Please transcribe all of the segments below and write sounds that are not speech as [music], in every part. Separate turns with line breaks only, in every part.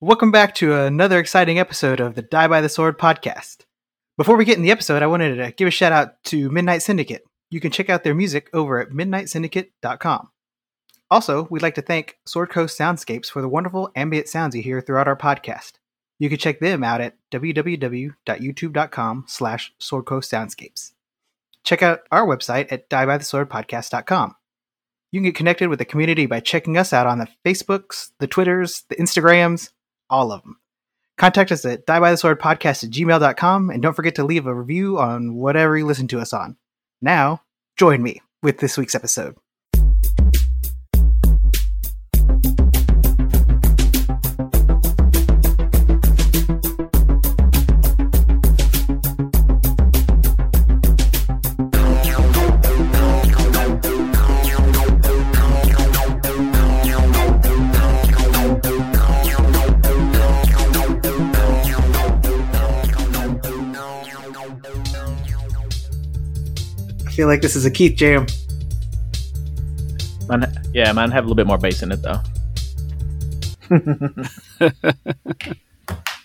Welcome back to another exciting episode of the Die by the Sword podcast. Before we get in the episode, I wanted to give a shout out to Midnight Syndicate. You can check out their music over at midnightsyndicate.com. Also, we'd like to thank Sword Coast Soundscapes for the wonderful ambient sounds you hear throughout our podcast. You can check them out at www.youtube.com slash Sword Coast Soundscapes. Check out our website at diebytheswordpodcast.com. You can get connected with the community by checking us out on the Facebooks, the Twitters, the Instagrams, all of them. Contact us at diebytheswordpodcast at gmail.com and don't forget to leave a review on whatever you listen to us on. Now, join me with this week's episode. I feel like this is a Keith jam.
Mine, ha- yeah, mine have a little bit more bass in it though.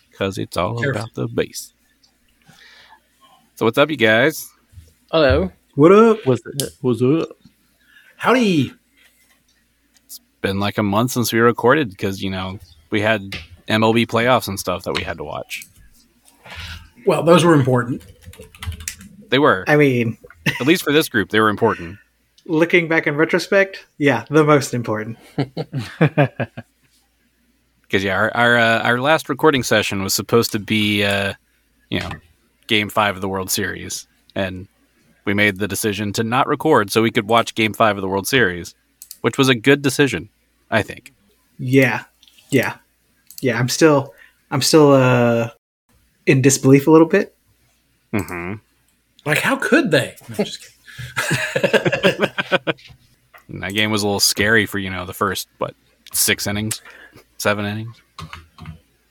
because it's all about the bass. So what's up, you guys?
Hello.
What up?
Was it? Was it?
Howdy.
Been like a month since we recorded because you know we had MLB playoffs and stuff that we had to watch.
Well, those were important.
[laughs]
They were
I mean,
at least for this group. They were important.
looking back in retrospect, yeah, the most important.
because yeah, our our, uh, our last recording session was supposed to be, uh, you know, Game Five of the World Series, and we made the decision to not record so we could watch Game Five of the World Series, which was a good decision, I think.
Yeah. Yeah. Yeah, I'm still I'm still uh in disbelief a little bit.
Mm-hmm.
Like, how could they? No, I'm just kidding.
And that game was a little scary for you know the first what six innings, seven innings.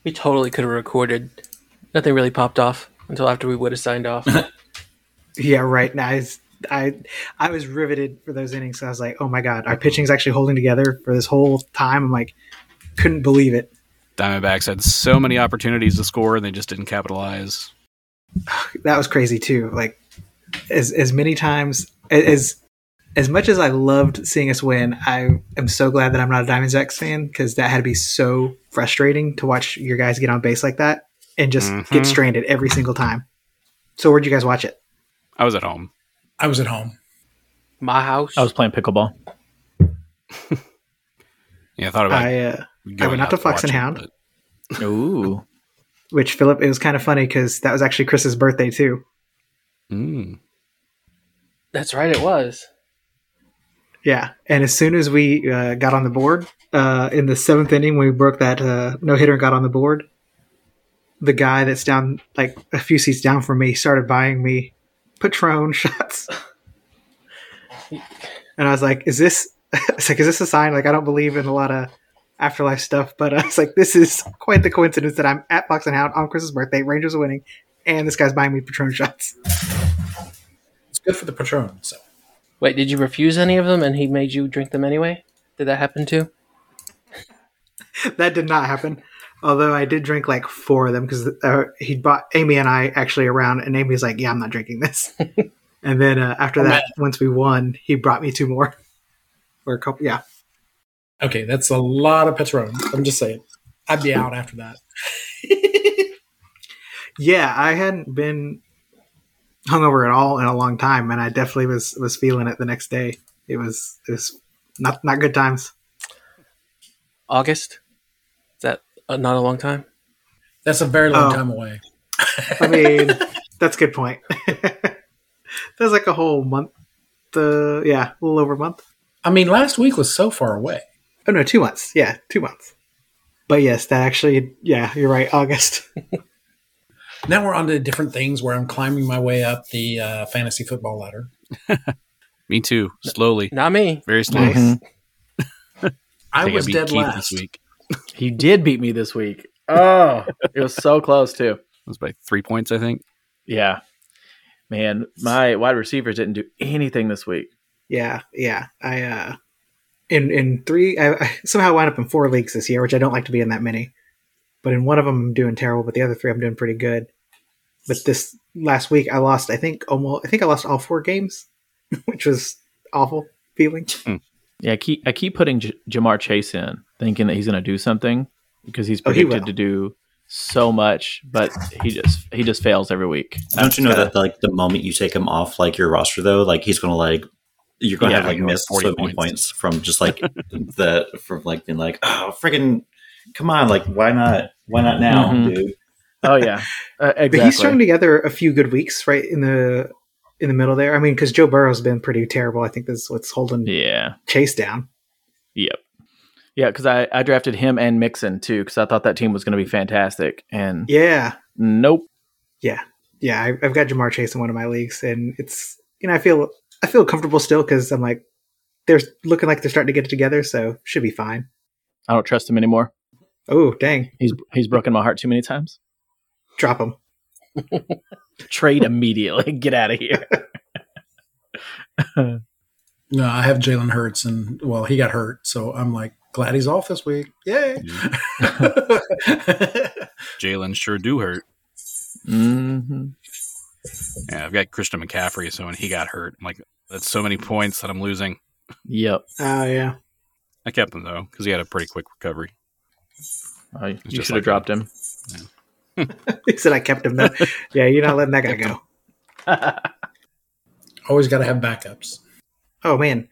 We totally could have recorded. Nothing really popped off until after we would have
[laughs]
signed off.
Yeah, right. Now I I I was riveted for those innings. I was like, "Oh my god, our pitching's actually holding together for this whole time." I'm like, couldn't believe it.
Diamondbacks had so many opportunities to score and they just didn't capitalize.
that was crazy too. Like as as many times as as much as I loved seeing us win, I am so glad that I'm not a Diamondbacks fan because that had to be so frustrating to watch your guys get on base like that and just
Mhm.
get stranded every single time. So where'd you guys watch it?
I was at home.
I was at home.
My house.
I was playing pickleball.
Yeah, I thought about
I uh,
going
I went out to Fox and
watch it,
Hound.
[laughs]
but
Ooh,
which Philip, it was kind of funny because that was actually Chris's birthday too.
Mm.
That's right, it was.
Yeah, and as soon as we uh, got on the board uh, in the seventh inning, when we broke that uh, no hitter and got on the board, the guy that's down like a few seats down from me started buying me Patron [laughs] shots, and I was like, "Is this?" [laughs] It's like, "Is this a sign?" Like, I don't believe in a lot of afterlife stuff, but I was like, "This is quite the coincidence that I'm at Fox and Hound on Chris's birthday, Rangers are winning, and this guy's buying me Patron shots."
It's good for the Patron. So
Wait, did you refuse any of them and he made you drink them anyway? Did that happen too?
that did not happen. Although I did drink like four of them because uh, he bought Amy and I actually around, and Amy's like, "Yeah, I'm not drinking this." and then uh, after that, once we won, he brought me two more [laughs] or a couple. Yeah,
okay, that's a lot of Patron. I'm just saying, I'd be out after that.
yeah, I hadn't been hungover at all in a long time, and I definitely was was feeling it the next day. It was it was not not good times.
August? Is that uh, not a long time?
That's a very long
Oh.
time away.
I mean, that's a good point. [laughs] that was like a whole month. Uh, yeah, a little over a month.
I mean, last week was so far away.
Oh no, two months. Yeah, two months. But yes, that actually. Yeah, you're right. August. [laughs]
Now we're on to different things where I'm climbing my way up the uh, fantasy football ladder.
Me too. Slowly,
Not me.
very
Mhm.
slowly.
Nice.
I
think
was
beat
dead
Keith
last.
this week.
He did beat me this week. Oh, it was so close too.
It was by three points, I think.
Yeah, man, my wide receivers didn't do anything this week.
Yeah, yeah. I uh, in in three. I, I somehow wound up in four leagues this year, which I don't like to be in that many. but in one of them I'm doing terrible, but the other three I'm doing pretty good. But this last week I lost, I think almost, I think I lost all four games, [laughs] which was awful feeling.
Yeah, I keep I keep putting J- Jamar Chase in, thinking that he's going to do something because he's
Oh, he
predicted
will.
to do so much, but he just he just fails every week.
Don't you know
Gotta-
that like the moment you take him off like your roster though, like he's gonna like you're gonna
Yeah,
have like
like,
miss
40
so many
points.
points from just [laughs] like the from like being like oh freaking come on like why not why not now
Mhm.
dude
Oh yeah, uh, exactly.
[laughs] But he's strung together a few good weeks, right in the in the middle there. I mean, because Joe Burrow's been pretty terrible. I think that's what's holding
yeah,
Chase down.
yep, yeah. Because I I drafted him and Mixon too because I thought that team was going to be fantastic, and
Yeah,
nope.
yeah. I, I've got Jamar Chase in one of my leagues, and it's you know I feel I feel comfortable still because I'm like they're looking like they're starting to get it together, so should be fine.
I don't trust him anymore.
Oh dang,
He's he's broken my heart too many times.
drop him.
Trade immediately. [laughs] Get out of here.
No, I have Jalen Hurts, and well, he got hurt, so I'm like glad he's off this week. Yay!
Jalen sure do hurt.
hmm
Yeah, I've got Christian McCaffrey, so when he got hurt, I'm like, that's so many points that I'm losing.
Yep.
Oh yeah,
I kept him though because he had a pretty quick recovery.
Oh, you
just
should have
like him.
dropped him.
[laughs] he said I kept him [laughs] though. yeah, you're not letting that guy go.
[laughs] Always got to have backups.
Oh man,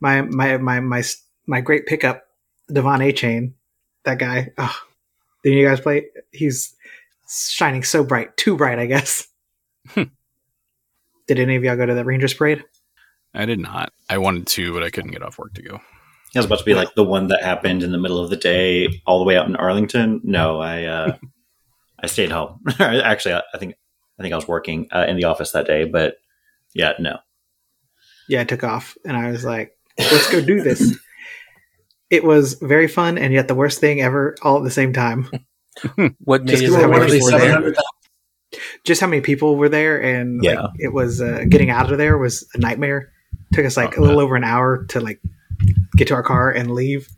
my my my my s- my great pickup, Devon A. Chain, that guy. Oh, did you guys play? He's shining so bright, too bright, I guess.
Hmm.
Did any of y'all go to that Rangers parade?
I did not. I wanted to, but I couldn't get off work to go.
I was about to be like the one that happened in the middle of the day all the way out in Arlington no I [laughs] uh I stayed home [laughs] actually I, I think I think I was working uh, in the office that day but yeah no [laughs]
Yeah, I took off, and I was like, "Let's go do
[laughs]
this." It was very fun, and yet the worst thing ever, all at the same time.
What made
Just
it
give
You
her
were
how
one
many
of
worse?
these
people were there?
700,000
Just how many people were there, and like,
Yeah.
it was uh, getting out of there was a nightmare. Took us like a
Oh,
little over an hour to like get to our car and leave,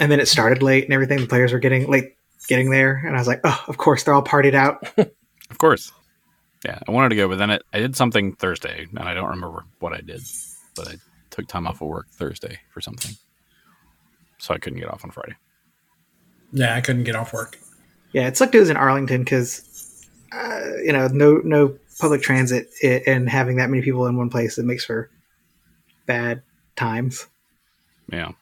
and then it started late and everything. The players were getting late getting there, and I was like, "Oh, of course, they're all partied out."
Of course. Yeah, I wanted to go, but then it, I did something Thursday, and I don't remember what I did, but I took time off of work Thursday for something, so I couldn't get off on Friday.
Yeah, I couldn't get off work.
Yeah, it sucked. It was in Arlington because uh, you know no no public transit i and having that many people in one place it makes for bad times.
Yeah,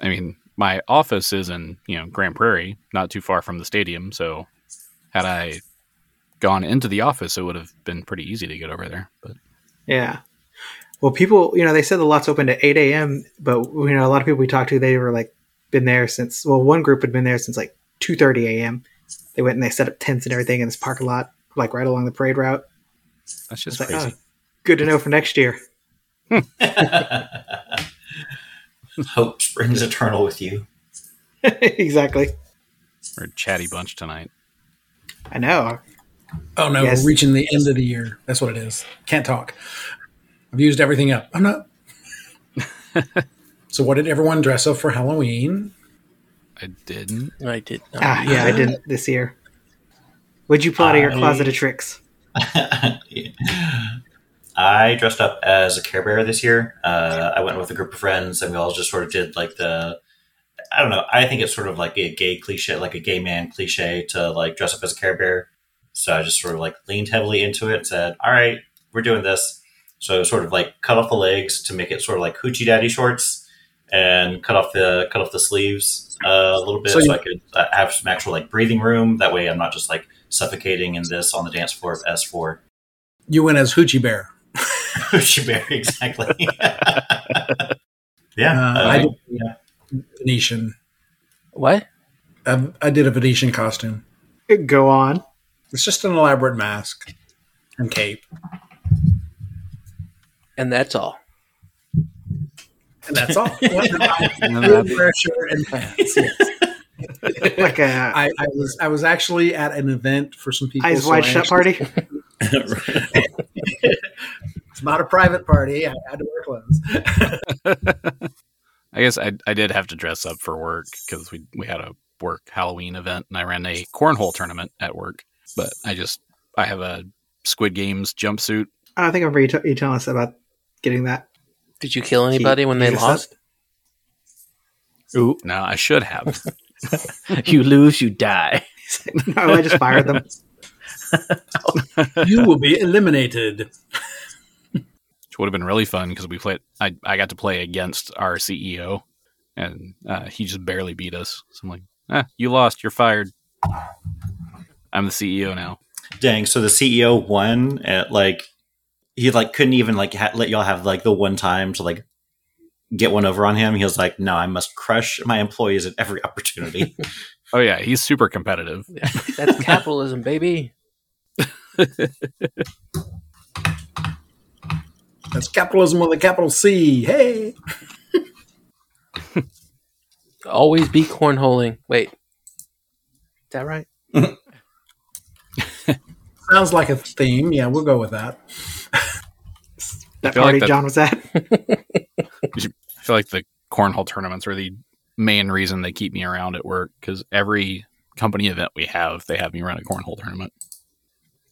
I mean, my office is in you know Grand Prairie, not too far from the stadium, so had I gone into the office, it would have been pretty easy to get over there. But
Yeah. Well, people, you know, they said the lot's open to 8 a.m., but, you know, a lot of people we talked to, they were like, been there since, well, one group had been there since like 2.30 a.m. They went and they set up tents and everything in this parking lot, like right along the parade route.
that's
It's
just
like,
crazy.
oh, good to know for next year.
[laughs] hope springs eternal with you
[laughs] exactly.
We're a chatty bunch tonight.
I know.
Oh no,
Yes.
we're reaching the end of the year. That's what it is. Can't talk. I've used everything up. I'm not. [laughs] so, what did everyone dress up for Halloween?
I didn't.
I did not.
Ah, yeah, I didn't this year. Would you pull out of your closet of tricks?
I dressed up as a Care Bear this year. Uh, I went with a group of friends, and we all just sort of did like the. I don't know. I think it's sort of like a gay cliche, like a gay man cliche, to like dress up as a Care Bear. So I just sort of like leaned heavily into it and said, "All right, we're doing this." So sort of like cut off the legs to make it sort of like hoochie daddy shorts, and cut off the cut off the sleeves uh, a little bit
So
so,
you-
I could uh, have some actual like breathing room. That way, I'm not just like suffocating in this on the dance floor of S four.
You went as Hoochie Bear.
[laughs] She Berry, exactly. [laughs] yeah.
Uh,
uh,
I did Venetian.
What?
I, I did a Venetian costume.
Go
[laughs]
on.
It's just an elaborate mask and cape,
And that's all.
and that's
[laughs]
all.
Like a
I, I was I was actually at an event for some people.
eyes
so
wide
I
shut
actually-
[laughs]
party?
It's not a private party. I had to wear clothes.
I guess I, I did have to dress up for work because we we had a work Halloween event, and I ran a cornhole tournament at work. But I just I have a Squid Games jumpsuit.
I think I remember you, t- you telling us about getting that. [laughs]
Did you kill anybody when they
Yes, that-
lost?
Ooh,
No, I should have.
[laughs] you lose, you die.
no, Oh, I just fired them.
[laughs] you will be eliminated.
which would have been really fun because we played. I I got to play against our CEO, and uh, he just barely beat us. So I'm like, eh, you lost. You're fired. I'm the CEO now.
Dang. So the CEO won at like he like couldn't even like ha- let y'all have like the one time to like get one over on him. He was like, "No, I must crush my employees at every opportunity." [laughs]
Oh yeah, he's super competitive.
[laughs]
That's capitalism, baby.
That's capitalism with a capital C. Hey.
Always be cornholing. Wait. Is that right?
Sounds like a theme. Yeah, we'll go with that.
That
feel
party
like that-
John was at.
I feel like the cornhole tournaments are the main reason they keep me around at work because every company event we have, they have me run a cornhole tournament.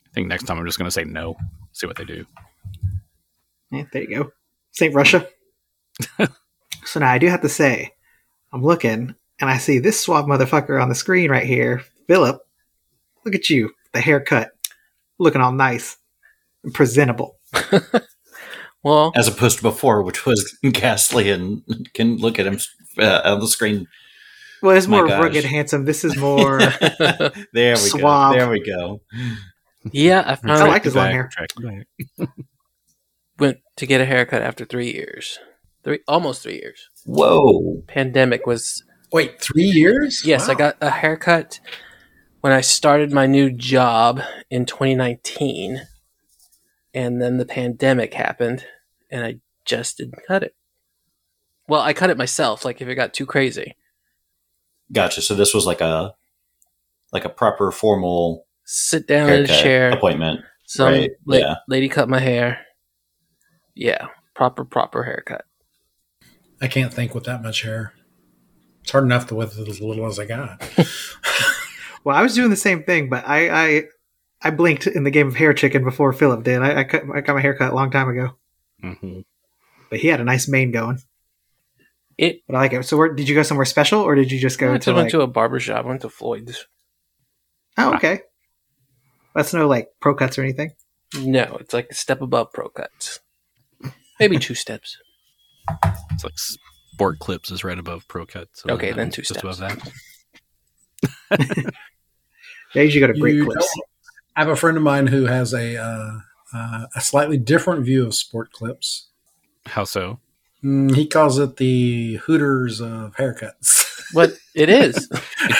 I think next time I'm just going to say no. See what they do.
Yeah, there you go. St. Russia. so now I do have to say, I'm looking and I see this suave motherfucker on the screen right here, Philip. Look at you, the haircut, looking all nice and presentable.
Well,
As opposed to before, which was ghastly and can look at him uh, on the screen. [laughs]
Well, it's
My
more
gosh.
rugged, handsome. This is
[laughs]
more.
there we
Suave.
go. There we go.
yeah, I
I
finally
like his long hair.
Track back.
went to get a haircut after three years. Three, almost three years.
Whoa.
Pandemic was
Wait, three years?
Yes, I
Wow.
got a haircut when I started my new job in 2019. And then the pandemic happened, and I just didn't cut it. Well, I cut it myself, like if it got too crazy.
Gotcha. So this was like a like a proper formal
Sit down in a
haircut
chair.
appointment.
Some
right,
la-
yeah.
lady cut my hair. Yeah, proper, proper haircut.
I can't think with that much hair. It's hard enough with as little as I
[laughs]
got.
Well, I was doing the same thing, but I, I, I blinked in the game of hair chicken before Philip did. I, I, cut, I got my haircut a long time ago,
Mhm.
but he had a nice mane going.
It-
But I like it. So, where, did you go somewhere special, or did you just
I
go
went to,
to like?
went to a barber shop. I went to Floyd's.
Oh, okay. That's no like pro cuts or anything.
No, it's like a step above pro cuts. Maybe two steps.
It's like Sport Clips is right above Pro Cut. So
Okay, then
I'm
two
just
steps.
above that.
They usually go to great
You
clips.
don't- I have a friend of mine who has a uh, uh, a slightly different view of sport clips.
How so?
Mm, he calls it the Hooters of haircuts. [laughs]
What it is.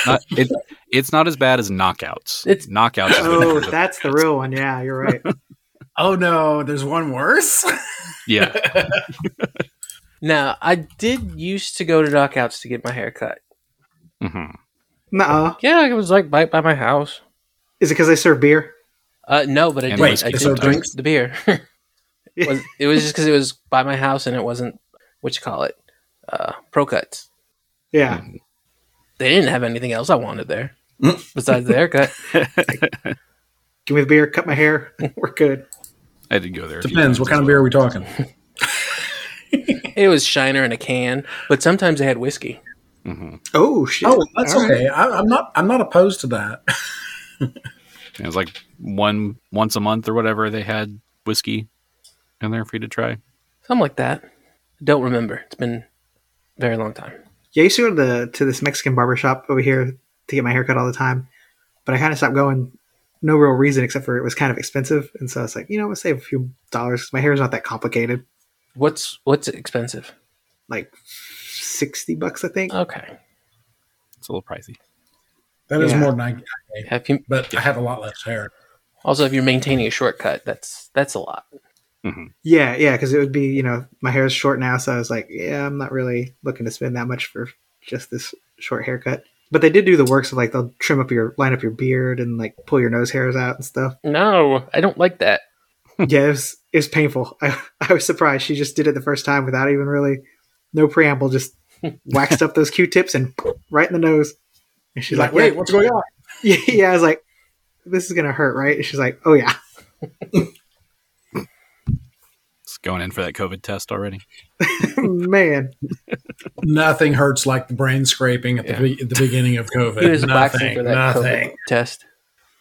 Not, it, it's not as bad as knockouts.
It's-
knockouts. is
[laughs]
the
Oh,
difference.
that's the real one. Yeah, you're [laughs] right.
oh no, there's one worse.
[laughs]
yeah.
Now, I did used to go to knockouts to get my hair cut.
hmm
Nuh-uh.
Yeah, it was like right by my house.
Is it because they serve beer?
Uh, no, but I
And
did.
it
Wait,
was
I
is
did
there
drink
drinks?
the beer. [laughs] it, was, it was just because it was by my house and it wasn't what you call it, uh, pro cuts.
Yeah.
They didn't have anything else I wanted there
[laughs]
besides the haircut.
Give me the beer. Cut my hair. [laughs] We're good.
I did go there. a few
Depends. What
times
kind of
as
beer are
well.
we talking?
It was shiner in a can, but sometimes they had whiskey.
Mm-hmm.
Oh shit.
Oh, that's
All right.
okay. I, I'm not. I'm not opposed to that. [laughs]
It was like one once a month or whatever. They had whiskey in there for you to try.
Something like that. Don't remember. It's been a very long time.
Yeah, I used to go to the to this Mexican barber shop over here to get my haircut all the time, but I kind of stopped going. No real reason except for it was kind of expensive, and so I was like, you know, I'm gonna save a few dollars 'cause my hair's not that complicated.
What's what's expensive?
Like sixty bucks, I think.
Okay.
It's a little pricey.
That is
Yeah.
more than I.
Have you
But I have a lot less hair.
also if you're maintaining a shortcut, that's that's a lot.
Yeah, yeah, because it would be, you know, my hair is short now, so I was like, yeah, I'm not really looking to spend that much for just this short haircut. But they did do the works of like they'll trim up your line up your beard and like pull your nose hairs out and stuff.
No, I don't like that.
Hmm.
yeah, it was it was painful. [laughs] I, I was surprised she just did it the first time without [laughs]
[laughs]
even really no preamble, just waxed up those Q-tips and right in the nose. And she's
She's like, wait, what's going on?
[laughs] yeah. yeah, I was like, this is gonna hurt, right? And she's like, oh yeah. [laughs]
It's going in for that COVID test already.
Man.
Nothing hurts like the brain scraping at the, be- at the beginning of COVID.
He was
nothing,
boxing for that
nothing.
COVID test.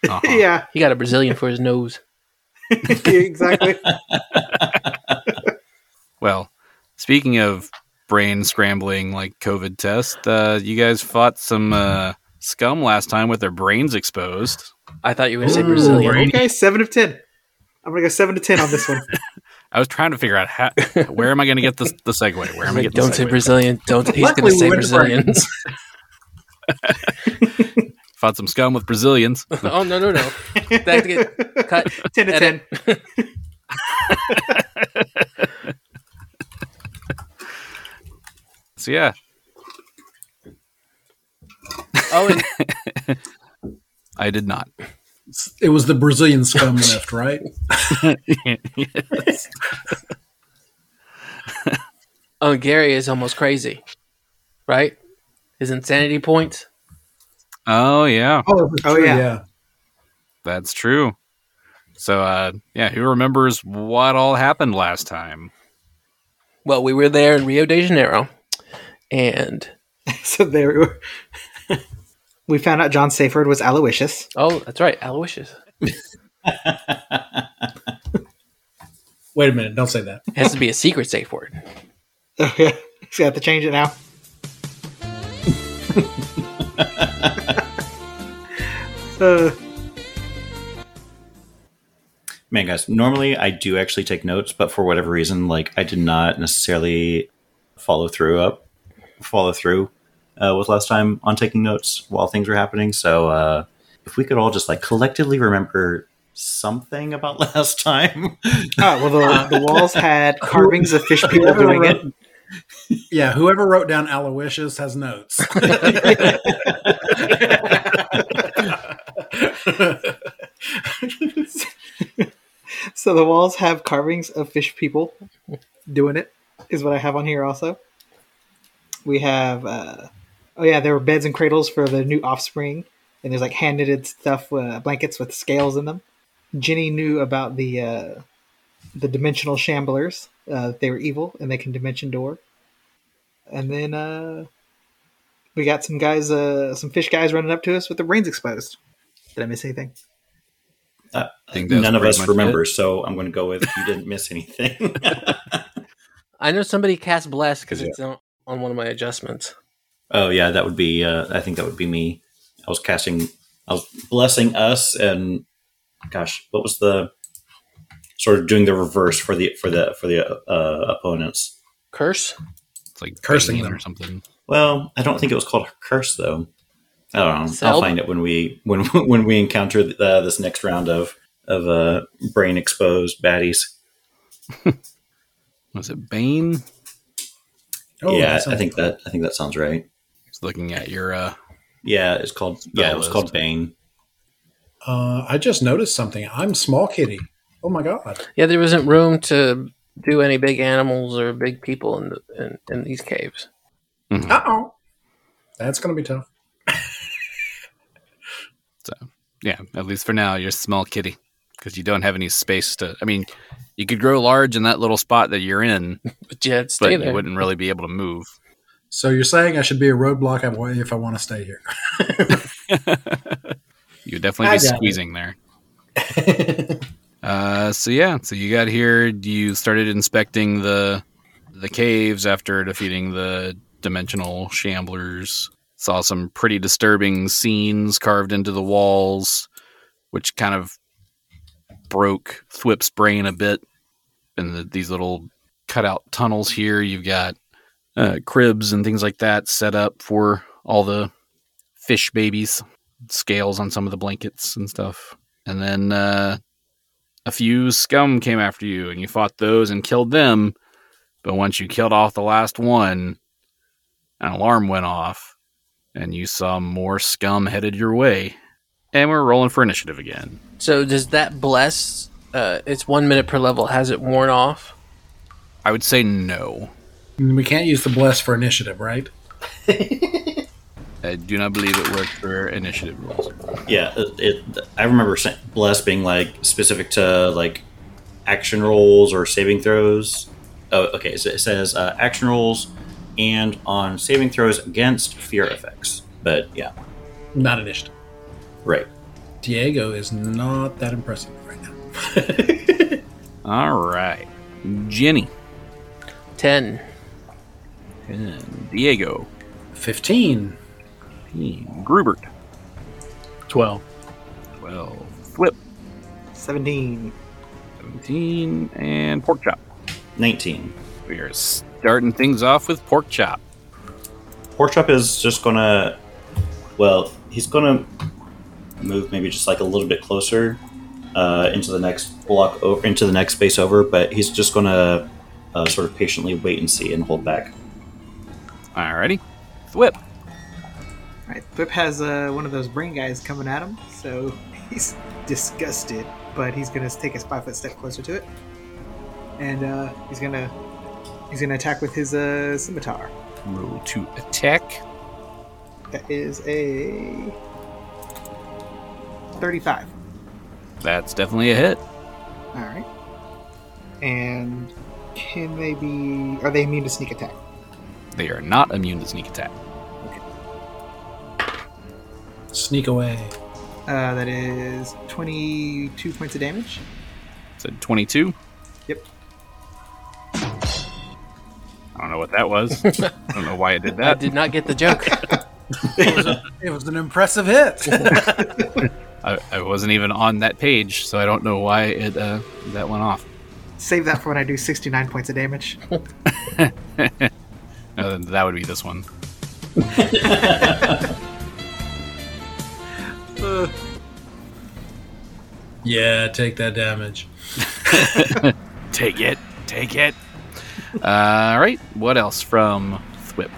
Uh-huh.
Yeah, [laughs]
He got a Brazilian for his nose.
exactly.
Well, speaking of brain scrambling like COVID test, uh, you guys fought some uh, scum last time with their brains exposed.
I thought you were going to say
Ooh,
Brazilian.
brain-
okay, seven of ten. I'm gonna go seven to ten on this one.
I was trying to figure out how, where am I going to get the, the segue? Where am I
Like,
getting
don't
the
say
segue?
Brazilian. Don't. He's
Luckily,
going to
we
say
went to Brazil.
[laughs]
Brazilians. [laughs]
Fought some scum with Brazilians.
oh no no no! [laughs] That get cut.
[laughs] ten to ten. [laughs]
Edit.
So yeah,
Oh, and
I did not.
It was the Brazilian [laughs] scum lift, right?
oh, Gary is almost crazy, right? His insanity points.
Oh yeah,
Oh, that's
Oh,
true,
yeah.
that's true. So uh, yeah, who remembers what all happened last time?
Well, we were there in Rio de Janeiro, and
So there we were. [laughs] we found out John Saford was Aloysius. [laughs]
oh, that's right, Aloysius
Wait a minute. Don't say that.
it has to be a secret safe word.
Oh yeah. He's got to change it
[laughs]
now. uh,
Man, guys, normally I do actually take notes, but for whatever reason, like I did not necessarily follow through up, follow through uh, with last time on taking notes while things were happening. So uh, if we could all just like collectively remember something about [laughs] last time,
oh, well, the, the walls
[laughs]
had carvings of fish people doing it.
Yeah, whoever wrote down Aloysius has [laughs] notes.
So the walls have carvings of fish people doing it, is what I have on here also. We have, uh, oh yeah, there were beds and cradles for the new offspring, and there's like hand knitted stuff, uh, blankets with scales in them. Jenny knew about the uh, the dimensional shamblers. Uh, they were evil, and they can dimension door. And then uh, we got some guys, uh, some fish guys, running up to us with their brains exposed. Did I miss anything?
uh,
think that's
none of
pretty
us
much
remember. So I'm going to go with you didn't miss anything.
[laughs]
I know somebody cast bless because
'Cause,
it's on, on one of my adjustments.
Oh yeah, that would be. Uh, I think that would be me. I was casting. I was blessing us, and gosh, what was the sort of doing the reverse for the for the for the uh, opponents?
Curse.
It's like
Cursing
banging
them.
or something.
Well, I don't think it was called curse though. I don't know.
Selb?
I'll find it when we when [laughs] when we encounter uh, this next round of of uh, brain exposed baddies.
Was it Bane?
yeah,
Oh, that sounds
I think that I think that sounds right.
Just looking at your uh,
Yeah, it's called. Yeah, it was
Ballast.
called Bane.
Uh, I just noticed something. I'm small kitty. Oh my god.
Yeah, there isn't room to do any big animals or big people in the, in, in these caves.
Uh oh. That's gonna be tough.
Yeah, at least for now, you're a small kitty because you don't have any space to. I mean, you could grow large in that little spot that you're
[laughs]
in,
But yeah, stay
but you
there.
wouldn't really be able to move.
So you're saying I should be a roadblock away if I want to stay here?
You'd definitely
I
be
got it.
squeezing there. uh, so yeah, so you got here. You started inspecting the the caves after defeating the dimensional shamblers. Saw some pretty disturbing scenes carved into the walls, which kind of broke Thwip's brain a bit. And the, these little cutout tunnels here, you've got uh, cribs and things like that set up for all the fish babies scales on some of the blankets and stuff. And then uh, a few scum came after you, and you fought those and killed them. But once you killed off the last one, an alarm went off, and you saw more scum headed your way. And we're rolling for initiative again.
So does that bless? Uh, it's one minute per level. Has it worn off?
I would say no.
We can't use the bless for initiative, right?
I do not believe it worked for initiative rules.
Yeah, uh, it, it- I remember sa- Les being like specific to like action rolls or saving throws. Oh, okay. So it says uh, action rolls and on saving throws against fear effects. But yeah,
Not initiative.
right.
Diego is not that impressive right now.
All right, Jenny
10.
and Diego,
15.
Grubert,
12.
twelve, Flip,
17.
seventeen, and Pork Chop.
Nineteen.
We are starting things off with Pork Chop.
Porchop is just gonna. Well, he's gonna move maybe just like a little bit closer uh, into the next block, o- into the next space over, but he's just gonna uh, sort of patiently wait and see and hold back.
Alrighty, Flip.
All right, Whip has uh, one of those brain guys coming at him, so [laughs] he's disgusted, but he's gonna take his five foot step closer to it, and uh, he's gonna he's gonna attack with his uh, scimitar.
Roll to attack.
That is a thirty-five.
That's definitely a hit.
All right, and can they be? Are they immune to sneak attack?
They are not immune to sneak attack.
Sneak away.
Uh, that is twenty-two points of damage.
So 22.
Yep.
I don't know what that was.
[laughs]
I don't know why I did
I
that.
did not get the joke. [laughs]
It was an impressive hit.
I, I wasn't even on that page, so I don't know why it uh, that went off.
Save that for when I do sixty-nine points of damage.
No, then that would be this one.
[laughs] yeah, take that damage.
Take it. Take
[laughs]
it. All right. What else from Thwip?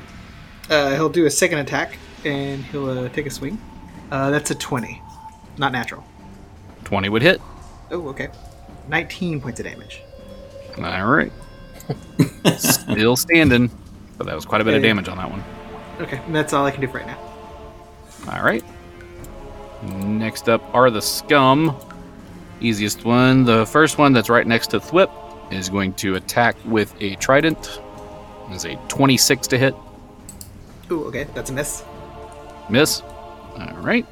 Uh, he'll do a second attack and he'll uh, take a swing. Uh, that's a 20. Not natural.
20 would hit.
Oh, okay. 19 points of damage.
All right. Still standing, but that was quite a bit of
Okay.
damage on that one.
Okay, and that's all I can do for right now.
All right. Next up are the scum. Easiest one. The first one that's right next to Thwip is going to attack with a trident. Is a 26 to hit.
Ooh, okay, that's a miss.
Miss. All right.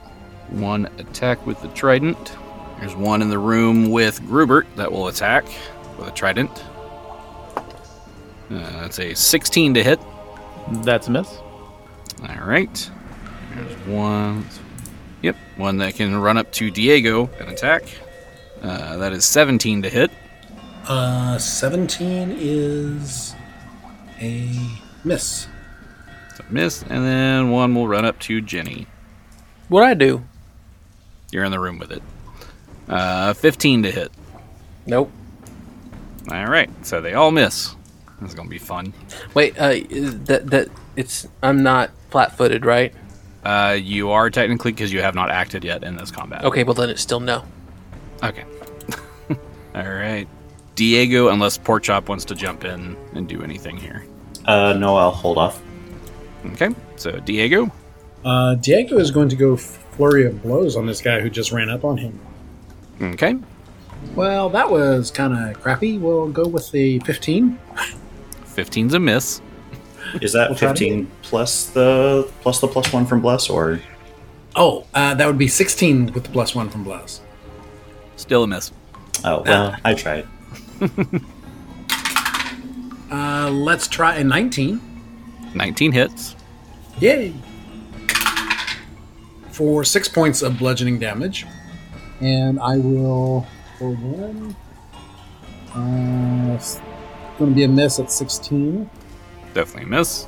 One attack with the trident. There's one in the room with Grubert that will attack with a trident. Uh, that's a 16 to hit.
That's a miss.
All right. There's one. Yep, one that can run up to Diego and attack. Uh, that is 17 to hit.
Uh, 17 is a miss.
It's a miss, and then one will run up to Jenny.
what I do?
You're in the room with it. Uh, 15 to hit.
Nope.
All right, so they all miss. This is gonna be fun.
Wait, uh, is that that it's I'm not flat-footed, right?
Uh, you are technically because you have not acted yet in this combat.
Okay, well then it's still no.
Okay. [laughs] all right. Diego, unless Porkchop wants to jump in and do anything here.
Uh, no, I'll hold off.
Okay, so Diego,
Uh, Diego is going to go flurry of blows on this guy who just ran up on him.
Okay.
Well, that was kind of crappy. We'll go with the 15.
15's a miss.
Is that
What time?
fifteen plus the plus the plus one from bless or?
Oh, uh, that would be 16 with the plus one from Blouse.
Still a miss.
Oh well, I tried.
Uh, let's try a 19.
19 hits.
Yay! For six points of bludgeoning damage. And I will for one. Uh, it's going to be a miss at 16.
Definitely a miss.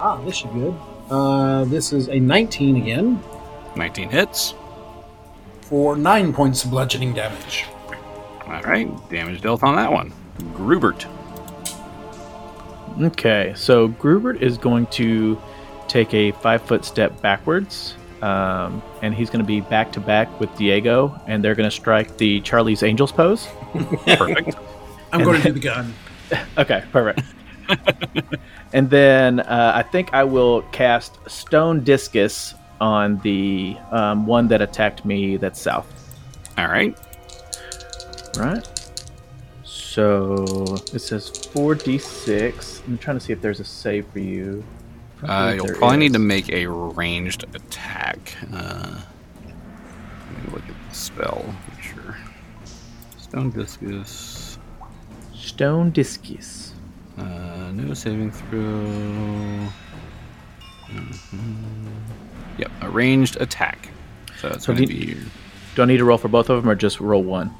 Ah, this should be good. Uh, this is a 19 again
19 hits.
for nine points of bludgeoning damage.
All right. Damage dealt on that one.
[laughs]
Grubert.
Okay, so Grubert is going to take a five foot step backwards, um, and he's going to be back to back with Diego, and they're going to strike the Charlie's Angels pose.
Perfect.
I'm going to do the gun.
Okay, perfect. [laughs] and then uh, I think I will cast Stone Discus on the um, one that attacked me that's south.
All right.
Right? So it says 4d6. I'm trying to see if there's a save for you.
Uh, you'll
There
probably need to
is.
make a ranged attack. Uh, let me look at the spell. Make sure. Stone Discus.
Stone Discus.
Uh, no saving throw. Mhm. Yep, a ranged attack. So it's
So
going to
do
be.
Do I need to roll for both of them or just roll one?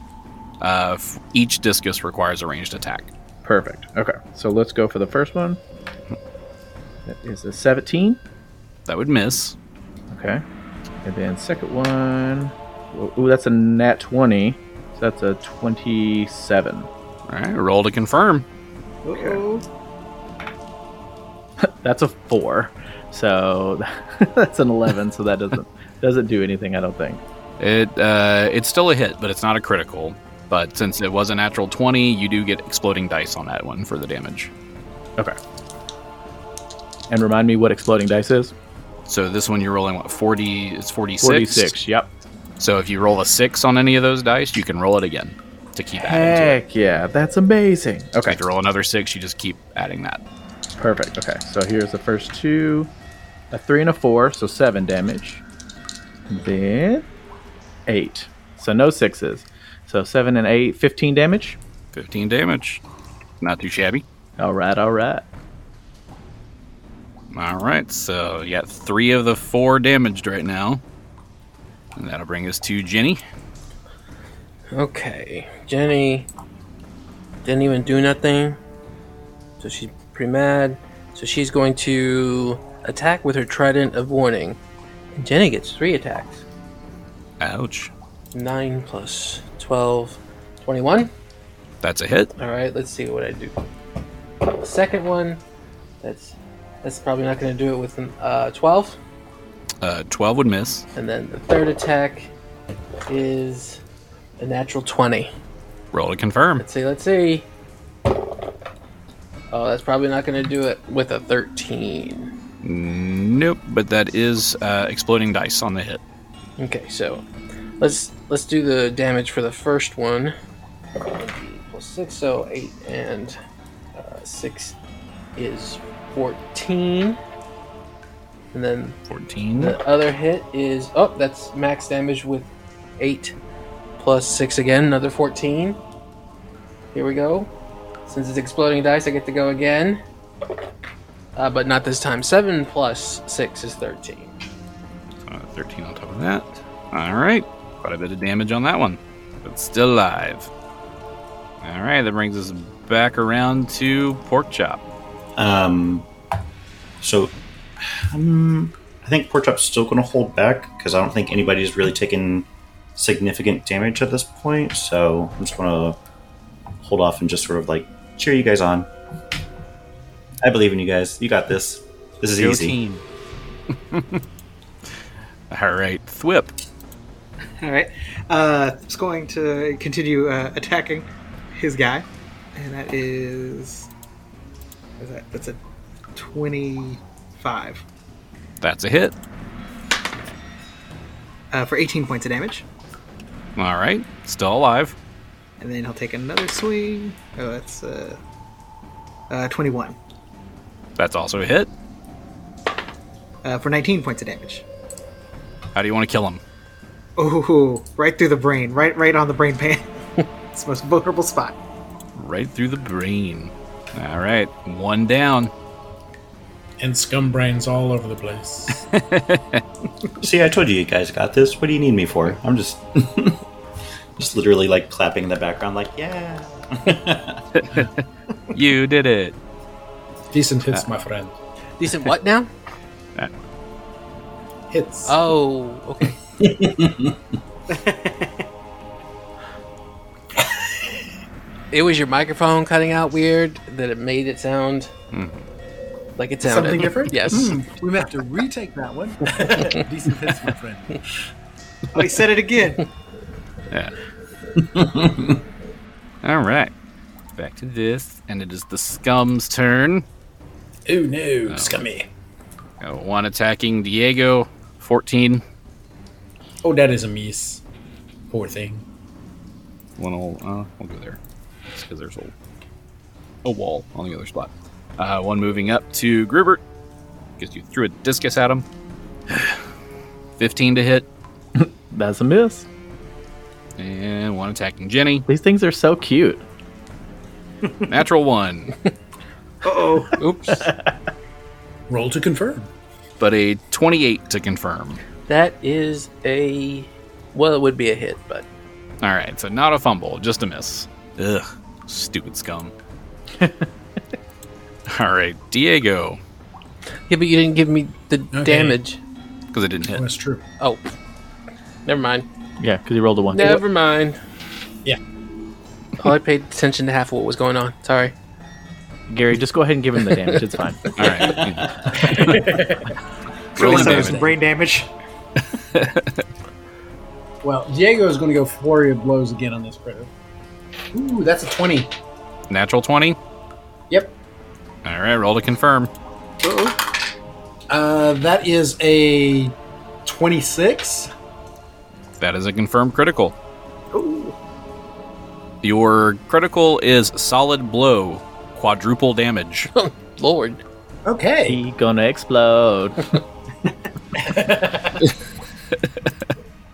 Uh, f- each discus requires a ranged attack.
Perfect. Okay. So let's go for the first one. That is a 17.
That would miss.
Okay. And then second one. Ooh, that's a nat 20. So that's a 27.
All right, roll to confirm.
That's a 4. So [laughs] that's an 11, so that doesn't [laughs] doesn't do anything, I don't think.
It uh, it's still a hit, but it's not a critical. But since it was a natural twenty, you do get exploding dice on that one for the damage.
Okay. And remind me what exploding dice is?
So this one you're rolling what forty? It's forty six.
46. Yep.
So if you roll a six on any of those dice, you can roll it again to keep adding to it.
Heck yeah, that's amazing. Okay.
If you roll another six, you just keep adding that.
Perfect. Okay, so here's the first two, a three and a four, so seven damage. Then eight, so no sixes, so seven and eight, 15 damage.
Fifteen damage. Not too shabby.
All right, all right.
All right, so you got three of the four damaged right now, and that'll bring us to Jenny.
Okay, Jenny didn't even do nothing, so she's pretty mad. So she's going to attack with her trident of warning. And Jenny gets three attacks
Ouch.
9 plus 12, 21.
That's a hit.
Alright, let's see what I do. Second one, that's that's probably not going to do it with an uh, 12.
Uh, Twelve would miss.
And then the third attack is a natural 20.
Roll to confirm.
Let's see, let's see. Oh, that's probably not going to do it with a 13.
Nope, but that is uh, exploding dice on the hit.
Okay, so let's let's do the damage for the first one. Plus 6, so 8 and uh, 6 is 14. And then
14.
the other hit is oh, that's max damage with 8 plus 6 again, another 14. Here we go. Since it's exploding dice, I get to go again. Uh, but not this time. 7 plus 6 is 13.
Uh, 13 on top of that. All right. Quite a bit of damage on that one, but still alive. All right, that brings us back around to pork chop.
Um, so, um, I think Porchop's still going to hold back because I don't think anybody's really taken significant damage at this point. So I'm just going to hold off and just sort of like cheer you guys on. I believe in you guys. You got this. This is
Go
easy.
team. [laughs] All right, Thwip.
All right. Uh, it's going to continue uh, attacking his guy, and that is, what is that? That's a twenty-five
That's a hit.
uh, for eighteen points of damage,
All right, still alive.
and then he'll take another swing. Oh, that's uh, uh, twenty-one
That's also a hit.
uh, for nineteen points of damage.
How do you want to kill him?
Oh, right through the brain, right, right on the brain pan. it's the most vulnerable spot.
Right through the brain. All right, one down.
[laughs] And scum brains all over the [laughs] place.
See, I told you you guys got this. What do you need me for? I'm just, [laughs] just literally like clapping in the background, like yeah.
You did it.
Decent hits, my friend.
Decent what now?
Hits.
Oh, okay. it was your microphone cutting out weird that it made it sound like it sounded.
Something different?
Yes.
Hmm, we may have to retake that [laughs] one. Decent hits, my friend.
Oh, he said it again.
Yeah. [laughs] All right. Back to this, and it is the scum's turn.
Ooh, no, scummy.
Uh, one attacking Diego, 14.
Oh, that is a miss. Poor thing.
One will uh, we'll go there. It's because there's a, a wall on the other spot. Uh, one moving up to Grubert because you threw a discus at him. [sighs] 15 to hit,
That's a miss.
and one attacking Jenny.
These things are so cute.
Natural one.
Oh,
Oops.
Roll to confirm.
But a 28 to confirm.
That is a well, it would be a hit, but
All right, so not a fumble, just a miss. Ugh, stupid scum. [laughs] All right, Diego,
yeah, but you didn't give me the damage.
because it didn't hit.
That's true.
Oh, never mind.
Yeah, because he rolled a one.
Never mind.
Yeah.
[laughs] All I paid attention to half of what was going on. Sorry.
Gary, just go ahead and give him the damage. It's fine.
All right.
really
Rolling
so some
damage.
brain damage.
Well, Diego is going to go flurry of blows again on this critter. Ooh, that's a 20.
Natural 20. All
Yep.
right, roll to confirm.
Uh, that is a 26.
That is a confirmed critical. Your critical is solid blow, quadruple damage.
Oh, Lord.
Okay.
He gonna explode.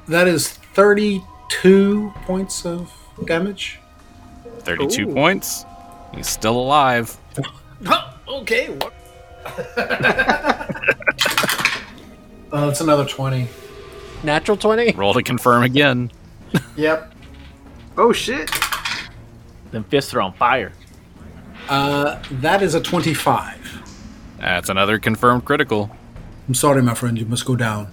That is 32 points of damage.
32 points. He's still alive.
okay. What? [laughs] uh, it's another 20.
Natural 20?
Roll to confirm again.
Yep.
Oh shit!
then fists are on fire.
Uh, that is a 25.
That's another confirmed critical.
I'm sorry, my friend. You must go down.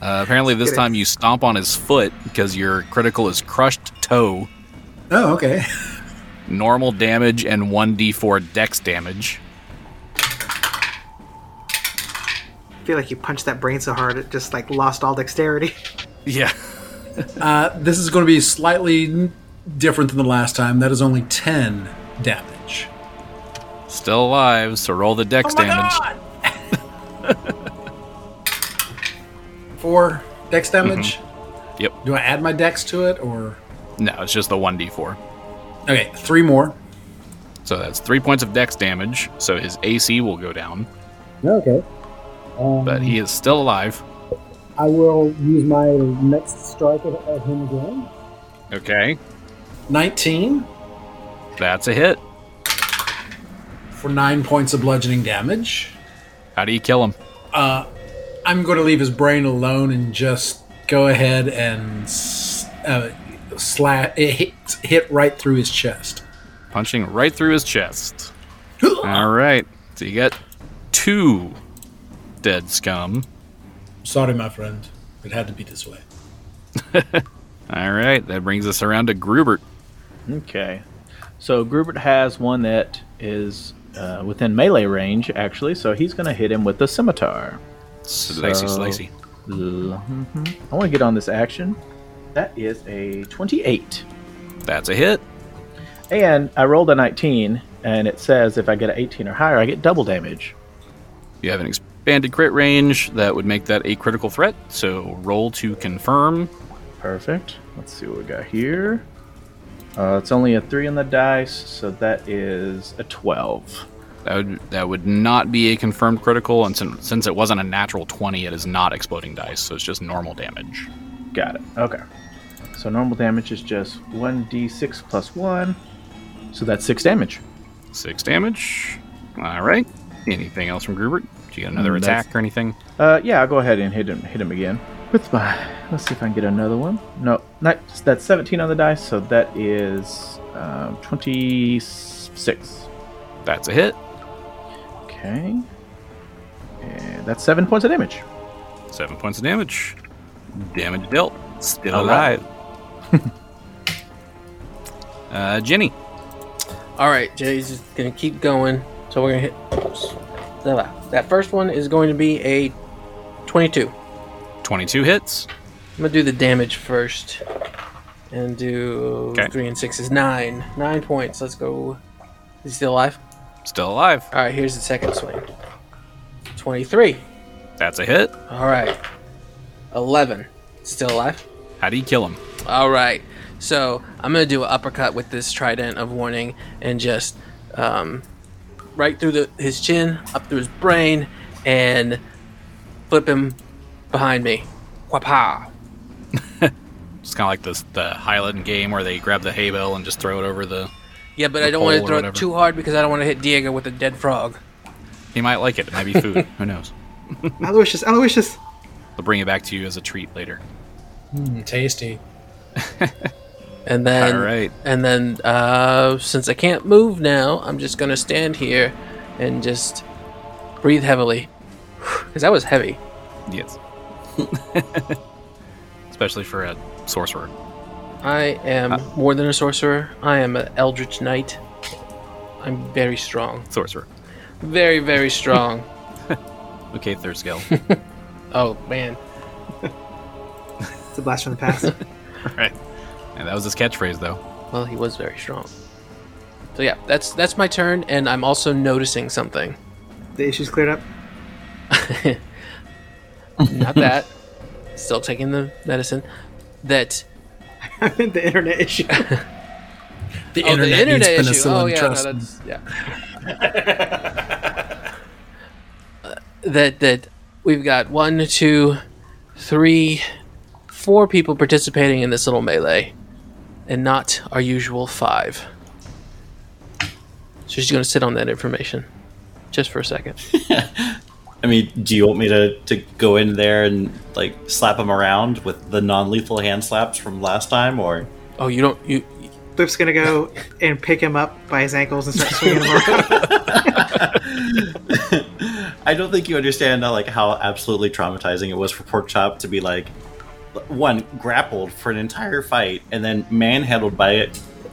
Uh, apparently, this time you stomp on his foot because your critical is crushed toe,
Oh, okay. [laughs]
normal damage, and 1d4 dex damage.
I feel like you punched that brain so hard it just like lost all dexterity. [laughs]
Yeah.
Uh, this is going to be slightly n- different than the last time. That is only 10 damage.
Still alive, so roll the dex damage.
Four dex damage.
Yep.
Do I add my dex to it or?
No, it's just the 1d4.
Okay, three more.
So that's three points of dex damage, so his AC will go down,
Okay. Um,
but he is still alive.
I will use my next strike at, at him again.
Okay.
19
That's a hit.
for nine points of bludgeoning damage.
How do you kill him?
I'm going to leave his brain alone and just go ahead and s- uh, sla- it hit, hit right through his chest.
Punching right through his chest. All right. So you got two dead scum.
Sorry, my friend. It had to be this way.
All right. That brings us around to Grubert.
Okay. So Grubert has one that is uh, within melee range, actually, so he's gonna hit him with the scimitar.
Slicey,
So-
slicey.
L- mhm. I want to get on this action. That is a 28.
That's a hit.
And I rolled a 19, and it says if I get an 18 or higher, I get double damage.
You have an expanded crit range that would make that a critical threat. So roll to confirm.
Perfect. Let's see what we got here. Uh, it's only a 3 on the dice, so that is a 12.
That would that would not be a confirmed critical, and since, since it wasn't a natural twenty, it is not exploding dice, so it's just normal damage.
Got it. Okay. So normal damage is just 1d6 plus 1. So that's 6 damage.
Six damage. All right. Anything else from Grubert? Do you get another
Mm, that's-
attack or anything?
Uh, yeah, I'll go ahead and hit him. Hit him again. With my, let's see if I can get another one. No, not that's 17 on the dice, so that is um, 26.
That's a hit.
Okay, and that's seven points of damage.
Seven points of damage. Damage dealt. Still
All
alive. [laughs] uh, Jenny.
All right, Jay's just going to keep going. So we're going to hit. oops. That first one is going to be a 22.
22 hits.
I'm gonna do the damage first, and do
Okay.
three and six is nine. Nine points. Let's go. Is he still alive?
Still alive.
All right, here's the second swing. 23.
That's a hit.
All right. 11. Still alive?
How do you kill him?
All right. So I'm gonna do an uppercut with this trident of warning and just um, right through the, his chin, up through his brain, and flip him behind me. Wapa!
It's kind of like this the Highland game where they grab the hay bale and just throw it over the.
Yeah, but I
The
don't
pole
want to
or
throw it
whatever.
too hard because I don't want to hit Diego with a dead frog.
He might like it. It might be food. Who knows?
Aloysius, Aloysius.
They'll bring it back to you as a treat later.
Mm, tasty.
And then,
All right.
and then, uh, since I can't move now, I'm just gonna stand here and just breathe heavily, [sighs] because that was heavy.
Yes. Especially for a sorcerer.
I am more than a sorcerer. I am an eldritch knight. I'm very strong.
Sorcerer.
Very, very strong.
Okay, Thursgill.
oh, man.
It's a blast from the past.
and that was his catchphrase, though.
Well, he was very strong. So yeah, that's that's my turn and I'm also noticing something.
the issue's cleared up. [laughs]
Not that. Still taking the medicine. That
the internet issue.
The
oh,
internet,
the internet
needs
issue.
penicillin.
Oh yeah, no,
trust me.
that's yeah. Uh, that that we've got one, two, three, four people participating in this little melee, and not our usual five. So she's going to sit on that information, just for a second.
I mean, do you want me to, to go in there and like slap him around with the non lethal hand slaps from last time, or
Oh, you don't you
Flip's gonna go and pick him up by his ankles and start swinging him around.
I don't think you understand uh, like how absolutely traumatizing it was for Pork Chop to be like one grappled for an entire fight and then manhandled by